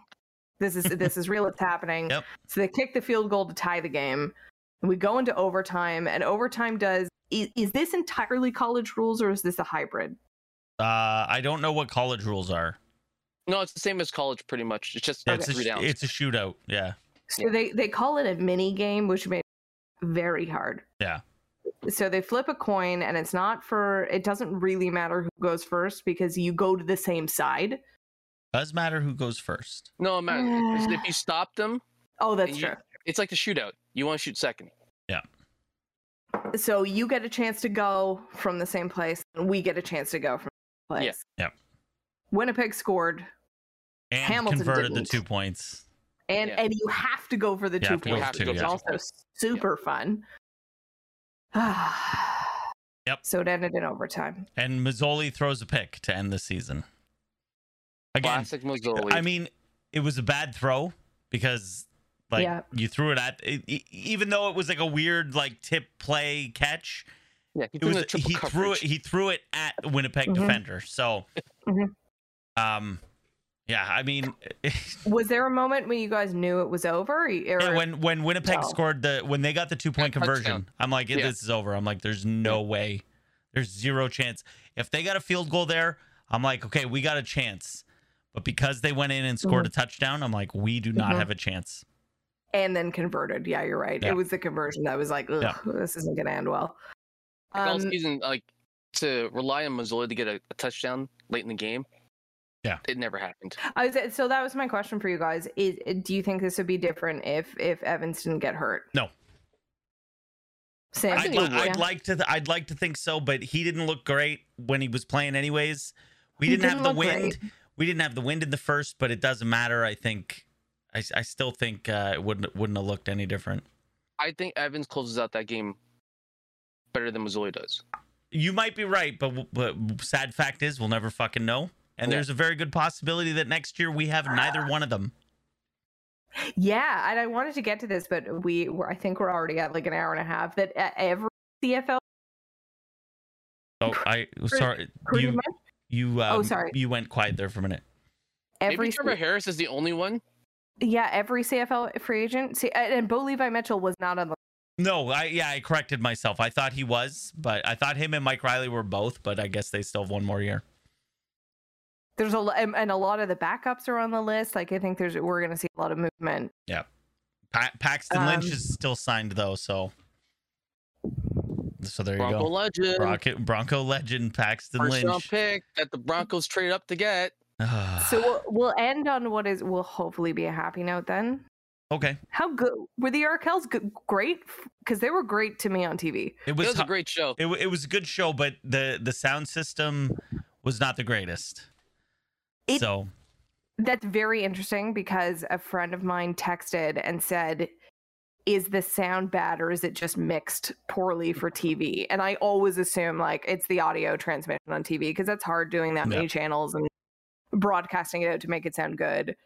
[SPEAKER 2] this is this is real. It's happening.
[SPEAKER 3] Yep.
[SPEAKER 2] So they kick the field goal to tie the game. And we go into overtime, and overtime does is, is this entirely college rules or is this a hybrid?
[SPEAKER 3] Uh, I don't know what college rules are.
[SPEAKER 5] No, it's the same as college, pretty much. It's just
[SPEAKER 3] It's, a,
[SPEAKER 5] three
[SPEAKER 3] sh-
[SPEAKER 5] downs.
[SPEAKER 3] it's a shootout. Yeah.
[SPEAKER 2] So they they call it a mini game, which made it very hard.
[SPEAKER 3] Yeah.
[SPEAKER 2] So they flip a coin, and it's not for. It doesn't really matter who goes first because you go to the same side.
[SPEAKER 3] Does matter who goes first.
[SPEAKER 5] no, it matters. It's- If you stop them,
[SPEAKER 2] Oh, that's
[SPEAKER 5] And
[SPEAKER 2] true.
[SPEAKER 5] you- it's like the shootout. You want to shoot second.
[SPEAKER 2] So you get a chance to go from the same place, and we get a chance to go from the same
[SPEAKER 5] Yeah.
[SPEAKER 2] place.
[SPEAKER 3] Yep.
[SPEAKER 2] Winnipeg scored,
[SPEAKER 3] And
[SPEAKER 2] Hamilton
[SPEAKER 3] converted the
[SPEAKER 2] didn't.
[SPEAKER 3] two points.
[SPEAKER 2] and
[SPEAKER 5] Yeah.
[SPEAKER 2] and you have to go for the
[SPEAKER 3] Yeah,
[SPEAKER 2] two
[SPEAKER 3] if you
[SPEAKER 5] You
[SPEAKER 2] points.
[SPEAKER 5] have to
[SPEAKER 3] too,
[SPEAKER 5] go
[SPEAKER 2] It's
[SPEAKER 3] yeah.
[SPEAKER 5] down
[SPEAKER 2] also
[SPEAKER 5] first.
[SPEAKER 2] super fun. *sighs*
[SPEAKER 3] Yep.
[SPEAKER 2] So it ended in overtime.
[SPEAKER 3] And Mazzoli throws a pick to end the season. Again,
[SPEAKER 5] Classic Mazzoli.
[SPEAKER 3] I mean, it was a bad throw because like
[SPEAKER 2] Yeah.
[SPEAKER 3] you threw it at e- e- even though it was like a weird like tip play catch.
[SPEAKER 5] yeah, he
[SPEAKER 3] It
[SPEAKER 5] threw
[SPEAKER 3] was
[SPEAKER 5] in a triple
[SPEAKER 3] he threw it
[SPEAKER 5] coverage.
[SPEAKER 3] he threw it at the Winnipeg
[SPEAKER 2] Mhm.
[SPEAKER 3] defender. So
[SPEAKER 2] Mhm.
[SPEAKER 3] um yeah, I mean *laughs*
[SPEAKER 2] Was there a moment when you guys knew it was over? Or,
[SPEAKER 3] yeah, when when
[SPEAKER 2] No.
[SPEAKER 3] Winnipeg scored the when they got the two point
[SPEAKER 5] Touchdown.
[SPEAKER 3] conversion, I'm like
[SPEAKER 5] Yeah.
[SPEAKER 3] this is over. I'm like there's no way. There's zero chance. If they got a field goal there, I'm like okay, we got a chance. But because they went in and scored
[SPEAKER 2] Mm-hmm.
[SPEAKER 3] a touchdown, I'm like we do not
[SPEAKER 2] Mhm.
[SPEAKER 3] have a chance.
[SPEAKER 2] and then converted. Yeah, you're right.
[SPEAKER 3] Yeah.
[SPEAKER 2] It was the conversion that was like, Ugh, this isn't going to end well.
[SPEAKER 5] Like, all
[SPEAKER 2] Um,
[SPEAKER 5] season, like to rely on Mazzoli to get a, a touchdown late in the game.
[SPEAKER 3] Yeah.
[SPEAKER 5] it never happened.
[SPEAKER 2] I was, so that was my question for you guys. Is, do you think this would be different if if Evans didn't get hurt?
[SPEAKER 3] No.
[SPEAKER 2] Sam,
[SPEAKER 3] I'd,
[SPEAKER 5] think
[SPEAKER 3] li-
[SPEAKER 5] it would.
[SPEAKER 3] I'd like to. Th- I'd like to think so, but he didn't look great when he was playing. Anyways, we
[SPEAKER 2] He
[SPEAKER 3] didn't, have
[SPEAKER 2] didn't
[SPEAKER 3] the
[SPEAKER 2] look great.
[SPEAKER 3] wind. We didn't have the wind in the first, but it doesn't matter. I think. I, I still think uh, it wouldn't wouldn't have looked any different.
[SPEAKER 5] I think Evans closes out that game better than Mazzoli does.
[SPEAKER 3] You might be right, but, w- but sad fact is, we'll never fucking know. And
[SPEAKER 5] Yeah.
[SPEAKER 3] there's a very good possibility that next year we have neither one of them.
[SPEAKER 2] yeah, and I wanted to get to this, but we were, I think we're already at like an hour and a half. That uh, every CFL
[SPEAKER 3] Oh, I sorry.
[SPEAKER 2] pretty
[SPEAKER 3] You
[SPEAKER 2] much
[SPEAKER 3] you um,
[SPEAKER 2] Oh, sorry.
[SPEAKER 3] You went quiet there for a minute.
[SPEAKER 2] every
[SPEAKER 5] Maybe Trevor Harris is the only one.
[SPEAKER 2] yeah every CFL free agent. See, and and Bo Levi Mitchell was not on the
[SPEAKER 3] No, I yeah, I corrected myself. I thought he was, but I thought him and Mike Riley were both, but I guess they still have one more year.
[SPEAKER 2] there's a lo- and, and a lot of the backups are on the list. Like I think there's we're going to see a lot of movement.
[SPEAKER 3] Pa- Paxton Lynch
[SPEAKER 2] Um,
[SPEAKER 3] is still signed though, so so there you
[SPEAKER 5] Bronco
[SPEAKER 3] go.
[SPEAKER 5] legend,
[SPEAKER 3] Bronco, Bronco legend Paxton
[SPEAKER 5] first round
[SPEAKER 3] Lynch.
[SPEAKER 5] pick that the Broncos trade up to get.
[SPEAKER 2] So we'll, we'll end on what is will hopefully be a happy note then.
[SPEAKER 3] *sighs* okay,
[SPEAKER 2] How good were the Arkells? Good, great because they were great to me on TV.
[SPEAKER 3] it
[SPEAKER 5] It
[SPEAKER 3] was
[SPEAKER 5] was a
[SPEAKER 3] hu-
[SPEAKER 5] great show.
[SPEAKER 3] it, wa- it was a good show, but the the sound system was not the greatest.
[SPEAKER 2] It-
[SPEAKER 3] so
[SPEAKER 2] That's very interesting because a friend of mine texted and said, "Is the sound bad or is it just mixed poorly for TV?" And I always assume like it's the audio transmission on TV because that's hard doing that many channels and broadcasting it out to make it sound good.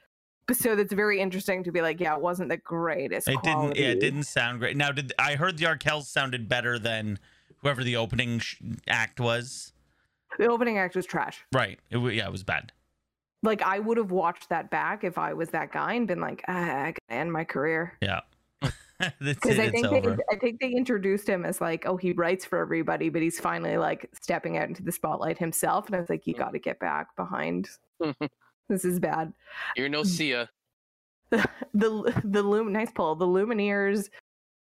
[SPEAKER 2] But so that's very interesting to be like, yeah, it wasn't the greatest.
[SPEAKER 3] it didn't yeah,
[SPEAKER 2] quality.
[SPEAKER 3] it didn't sound great. Now did I heard the Arkells sounded better than whoever the opening sh- act was?
[SPEAKER 2] The opening act was trash.
[SPEAKER 3] Right. It, wa- yeah, it was bad. *laughs*
[SPEAKER 2] like I would have watched that back if I was that guy and been like, ah, I gotta end my career.
[SPEAKER 3] Yeah. That's
[SPEAKER 2] Because
[SPEAKER 3] it,
[SPEAKER 2] I
[SPEAKER 3] it's
[SPEAKER 2] think
[SPEAKER 3] over.
[SPEAKER 2] they, I think they introduced him as like, oh, he writes for everybody, but he's finally like stepping out into the spotlight himself. And I was like,
[SPEAKER 3] Hmm.
[SPEAKER 2] you got to get back
[SPEAKER 3] *laughs*
[SPEAKER 2] behind. This is bad.
[SPEAKER 5] You're
[SPEAKER 3] Mm.
[SPEAKER 5] no Sia.
[SPEAKER 2] The the Lum nice poll. The Lumineers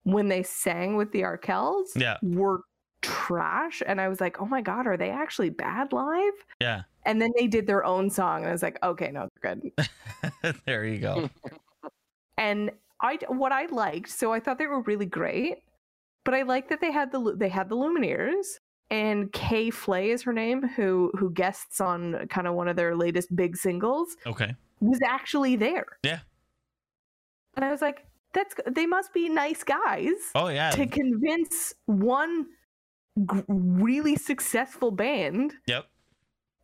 [SPEAKER 2] when they sang with the Arkells
[SPEAKER 3] Yeah.
[SPEAKER 2] were trash, and I was like, oh my god, are they actually bad live?
[SPEAKER 3] *laughs* Yeah. *laughs*
[SPEAKER 2] And then they did their own song, and I was like, okay, no, they're good.
[SPEAKER 3] there
[SPEAKER 2] *laughs*
[SPEAKER 3] you go.
[SPEAKER 2] and I what I liked. So I thought they were really great, but I liked that they had the Lu- they had the Lumineers and Kay Flay is her name, who who guests on kind of one of their latest big singles,
[SPEAKER 3] Okay.
[SPEAKER 2] was actually there.
[SPEAKER 3] Yeah.
[SPEAKER 2] and I was like, that's they must be nice guys
[SPEAKER 3] Oh yeah.
[SPEAKER 2] to convince one gr really successful band
[SPEAKER 3] Yep.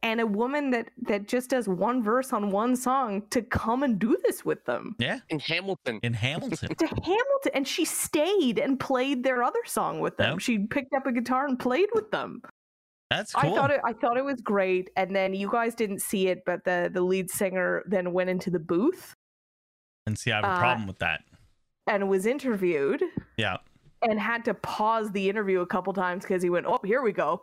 [SPEAKER 2] and a woman that that just does one verse on one song to come and do this with them
[SPEAKER 3] Yeah.
[SPEAKER 5] in Hamilton. *laughs*
[SPEAKER 3] In *laughs* Hamilton.
[SPEAKER 2] to Hamilton, and she stayed and played their other song with them.
[SPEAKER 3] Yeah.
[SPEAKER 2] She picked up a guitar and played with them.
[SPEAKER 3] That's cool.
[SPEAKER 2] I thought it, I thought it was great. And then you guys didn't see it, but the the lead singer then went into the booth
[SPEAKER 3] and see, I have a
[SPEAKER 2] uh,
[SPEAKER 3] problem with that.
[SPEAKER 2] and was interviewed. *laughs*
[SPEAKER 3] Yeah. *laughs*
[SPEAKER 2] and had to pause the interview a couple times because he went, "Oh, here we go."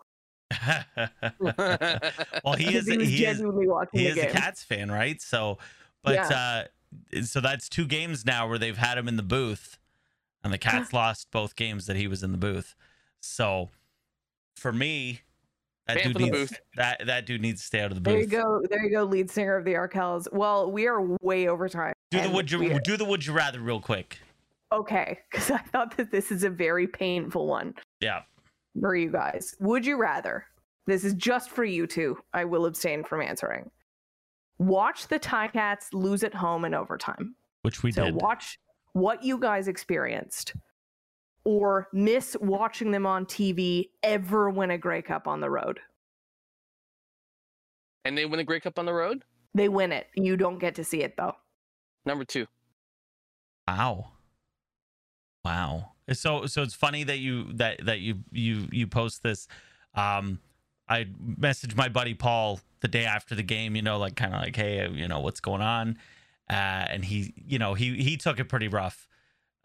[SPEAKER 3] well, he
[SPEAKER 2] *laughs* 'Cause
[SPEAKER 3] is
[SPEAKER 2] he was
[SPEAKER 3] he is
[SPEAKER 2] genuinely watching
[SPEAKER 3] he
[SPEAKER 2] the
[SPEAKER 3] is
[SPEAKER 2] game.
[SPEAKER 3] a Cats fan, right? So, but uh, so that's two games now where they've had him in the booth, and the Cats lost both games that he was in the booth. So, for me, that
[SPEAKER 5] Ban
[SPEAKER 3] dude
[SPEAKER 5] from the
[SPEAKER 3] needs
[SPEAKER 5] booth.
[SPEAKER 3] that that dude needs to stay out of the
[SPEAKER 2] There you
[SPEAKER 3] booth.
[SPEAKER 2] go. There you go, lead singer of the Arkells. Well, we are way over time.
[SPEAKER 3] Do the
[SPEAKER 2] and
[SPEAKER 3] would you
[SPEAKER 2] we-
[SPEAKER 3] do the would you rather real quick?
[SPEAKER 2] Okay, because *laughs* I thought that this is a very painful one
[SPEAKER 3] Yeah.
[SPEAKER 2] for you guys. Would you rather? This is just for you two. I will abstain from answering. Watch the Tie Cats lose at home in overtime.
[SPEAKER 3] Which we
[SPEAKER 2] so
[SPEAKER 3] did.
[SPEAKER 2] watch what you guys experienced, or miss watching them on TV ever win a Grey Cup on the road.
[SPEAKER 5] And they win a Grey Cup on the road.
[SPEAKER 2] They win it. You don't get to see it though.
[SPEAKER 5] Number two.
[SPEAKER 3] Wow. Wow. So so it's funny that you that that you you you post this. Um I messaged my buddy Paul the day after the game, you know, like kind of like, "Hey, you know, what's going on?" Uh and he, you know, he he took it pretty rough.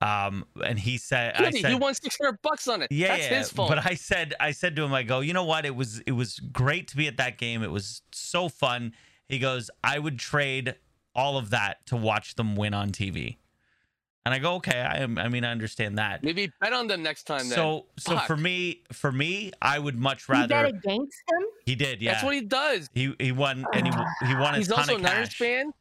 [SPEAKER 3] Um and he said I
[SPEAKER 5] Goody,
[SPEAKER 3] said
[SPEAKER 5] he won six hundred bucks on it.
[SPEAKER 3] yeah,
[SPEAKER 5] that's
[SPEAKER 3] yeah,
[SPEAKER 5] his fault.
[SPEAKER 3] But I said, I said to him, I go, you know what? It was, it was great to be at that game. It was so fun. He goes, I would trade all of that to watch them win on TV. And I go, okay, I am. I mean, I understand that.
[SPEAKER 5] Maybe bet on them next time. Then.
[SPEAKER 3] So, so
[SPEAKER 5] Fuck.
[SPEAKER 3] for me, for me, I would much
[SPEAKER 2] You bet
[SPEAKER 3] rather.
[SPEAKER 2] against them.
[SPEAKER 3] He did, yeah.
[SPEAKER 5] that's what he does.
[SPEAKER 3] he he won, and he he won his
[SPEAKER 5] He's
[SPEAKER 3] ton
[SPEAKER 5] also a
[SPEAKER 3] of
[SPEAKER 5] Niners
[SPEAKER 3] cash.
[SPEAKER 5] fan,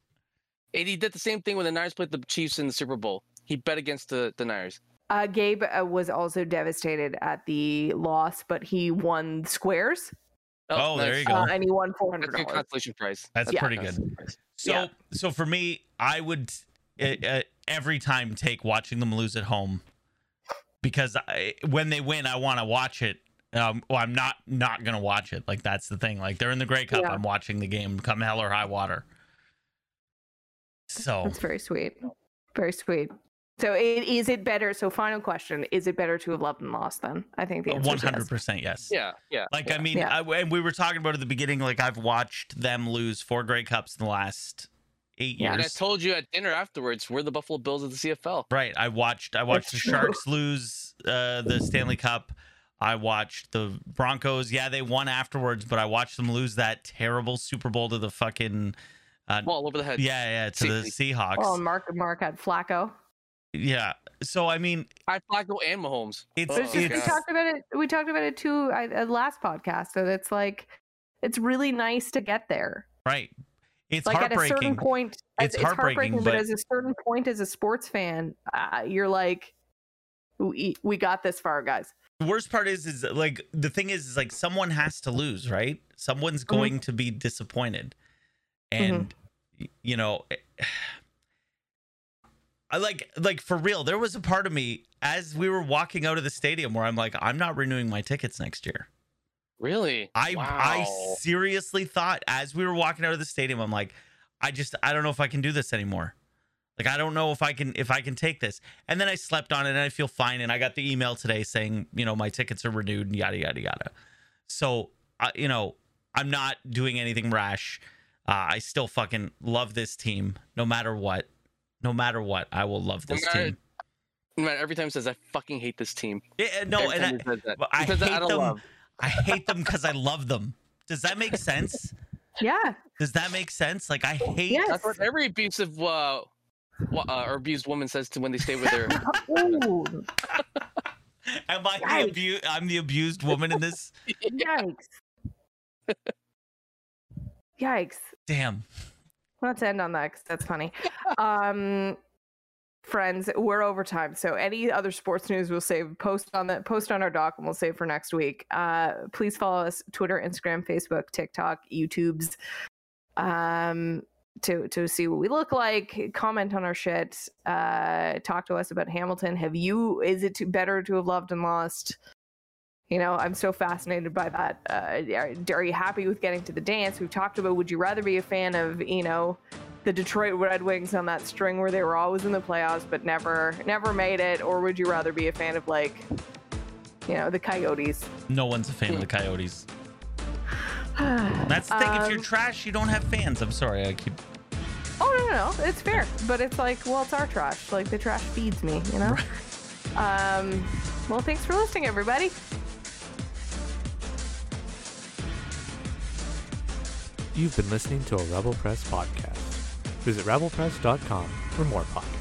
[SPEAKER 5] and he did the same thing when the Niners played the Chiefs in the Super Bowl. He bet against the, the Niners.
[SPEAKER 2] Uh, Gabe uh, was also devastated at the loss, but he won squares
[SPEAKER 3] Oh, there you go.
[SPEAKER 2] uh, and he won four
[SPEAKER 5] That's
[SPEAKER 2] hundred
[SPEAKER 5] a good
[SPEAKER 2] dollars.
[SPEAKER 5] consolation prize.
[SPEAKER 3] That's
[SPEAKER 5] a
[SPEAKER 3] pretty
[SPEAKER 5] consolation prize.
[SPEAKER 3] So
[SPEAKER 2] Yeah.
[SPEAKER 3] so for me, I would uh, uh, every time take watching them lose at home because I, when they win, I want to watch it. Um, well, I'm not not gonna watch it. Like that's the thing. Like they're in the Grey Cup.
[SPEAKER 2] Yeah.
[SPEAKER 3] I'm watching the game, come hell or high water. So
[SPEAKER 2] That's very sweet, very sweet. So, it, is it better? So, final question: Is it better to have loved and lost? Then I think the answer
[SPEAKER 3] Uh, one
[SPEAKER 2] is yes.
[SPEAKER 3] hundred percent yes.
[SPEAKER 5] Yeah, yeah.
[SPEAKER 3] Like
[SPEAKER 5] yeah.
[SPEAKER 3] I mean,
[SPEAKER 2] Yeah.
[SPEAKER 3] I, and we were talking about at the beginning. Like I've watched them lose four Grey Cups in the last eight
[SPEAKER 2] Yeah.
[SPEAKER 5] and I
[SPEAKER 3] years.
[SPEAKER 5] told you at dinner afterwards, we're the Buffalo Bills of the CFL.
[SPEAKER 3] Right. I watched I watched
[SPEAKER 2] That's
[SPEAKER 3] the
[SPEAKER 2] true.
[SPEAKER 3] Sharks lose uh, the Stanley Cup. I watched the Broncos. Yeah, they won afterwards, but I watched them lose that terrible Super Bowl to the fucking
[SPEAKER 5] Ball over the head.
[SPEAKER 3] yeah, yeah, to the Seahawks.
[SPEAKER 2] Oh, and Mark Mark had Flacco.
[SPEAKER 3] yeah. So I mean,
[SPEAKER 5] I Flacco and Mahomes.
[SPEAKER 3] It's-
[SPEAKER 5] Oh,
[SPEAKER 3] it's
[SPEAKER 2] We
[SPEAKER 3] just-
[SPEAKER 5] God.
[SPEAKER 2] talked about it. We talked about it too I, uh, last podcast. That it's like it's really nice to get there.
[SPEAKER 3] right. It's
[SPEAKER 2] like at a
[SPEAKER 3] heartbreaking.
[SPEAKER 2] certain point,
[SPEAKER 3] It's heartbreaking,
[SPEAKER 2] but,
[SPEAKER 3] but-
[SPEAKER 2] as a certain point, as a sports fan, uh, you're like, we, we got this far, guys.
[SPEAKER 3] the worst part is is like the thing is is like someone has to lose right someone's going to be disappointed and y- you know eh, *sighs* i like like for real there was a part of me as we were walking out of the stadium where i'm like i'm not renewing my tickets next year
[SPEAKER 5] Really?
[SPEAKER 3] i i
[SPEAKER 5] Wow.
[SPEAKER 3] seriously thought as we were walking out of the stadium i'm like i just i don't know if i can do this anymore like i don't know if i can if i can take this and then i slept on it and i feel fine and i got the email today saying you know my tickets are renewed and yada yada yada so I you know i'm not doing anything rash uh, i still fucking love this team no matter what no matter what i will love
[SPEAKER 5] No
[SPEAKER 3] this
[SPEAKER 5] matter-
[SPEAKER 3] team
[SPEAKER 5] No matter- every time he says, I fucking hate this team.
[SPEAKER 3] Yeah, no
[SPEAKER 5] every
[SPEAKER 3] and
[SPEAKER 5] time
[SPEAKER 3] I,
[SPEAKER 5] he says that.
[SPEAKER 3] but
[SPEAKER 5] He
[SPEAKER 3] I
[SPEAKER 5] says that
[SPEAKER 3] hate
[SPEAKER 5] out of
[SPEAKER 3] them
[SPEAKER 5] love.
[SPEAKER 3] I hate them because i love them does that make sense
[SPEAKER 2] Yeah.
[SPEAKER 3] does that make sense like i hate
[SPEAKER 2] Yes.
[SPEAKER 5] That's what every abusive uh, wa- uh, or abused woman says to when they
[SPEAKER 3] *laughs*
[SPEAKER 5] stay with their.
[SPEAKER 2] Ooh,
[SPEAKER 3] Am I the
[SPEAKER 2] Yikes.
[SPEAKER 3] abu- I'm the abused woman in this?
[SPEAKER 2] yikes. yikes.
[SPEAKER 3] *laughs* Damn.
[SPEAKER 2] Let's end on that because that's funny. Um, friends, we're over time. So any other sports news, we'll save post on the post on our doc, and we'll save for next week. Uh, please follow us Twitter, Instagram, Facebook, TikTok, YouTube's. Um, to to see what we look like, comment on our shit, uh, talk to us about Hamilton. Have you? Is it too, better to have loved and lost? You know, I'm so fascinated by that. Uh, are, are you happy with getting to the dance? We've talked about would you rather be a fan of, you know, the Detroit Red Wings on that string where they were always in the playoffs but never never made it, or would you rather be a fan of like, you know, the Coyotes?
[SPEAKER 3] No one's a fan of the Coyotes. That's the thing. if you're
[SPEAKER 2] Um,
[SPEAKER 3] trash, you don't have fans. I'm sorry. I keep.
[SPEAKER 2] Oh no, no, no, it's fair, but it's like, well, it's our trash. Like the trash feeds me, you know. Um, well, thanks for listening, everybody.
[SPEAKER 6] You've been listening to a Rebel Press podcast. Visit rebelpress.com for more podcasts.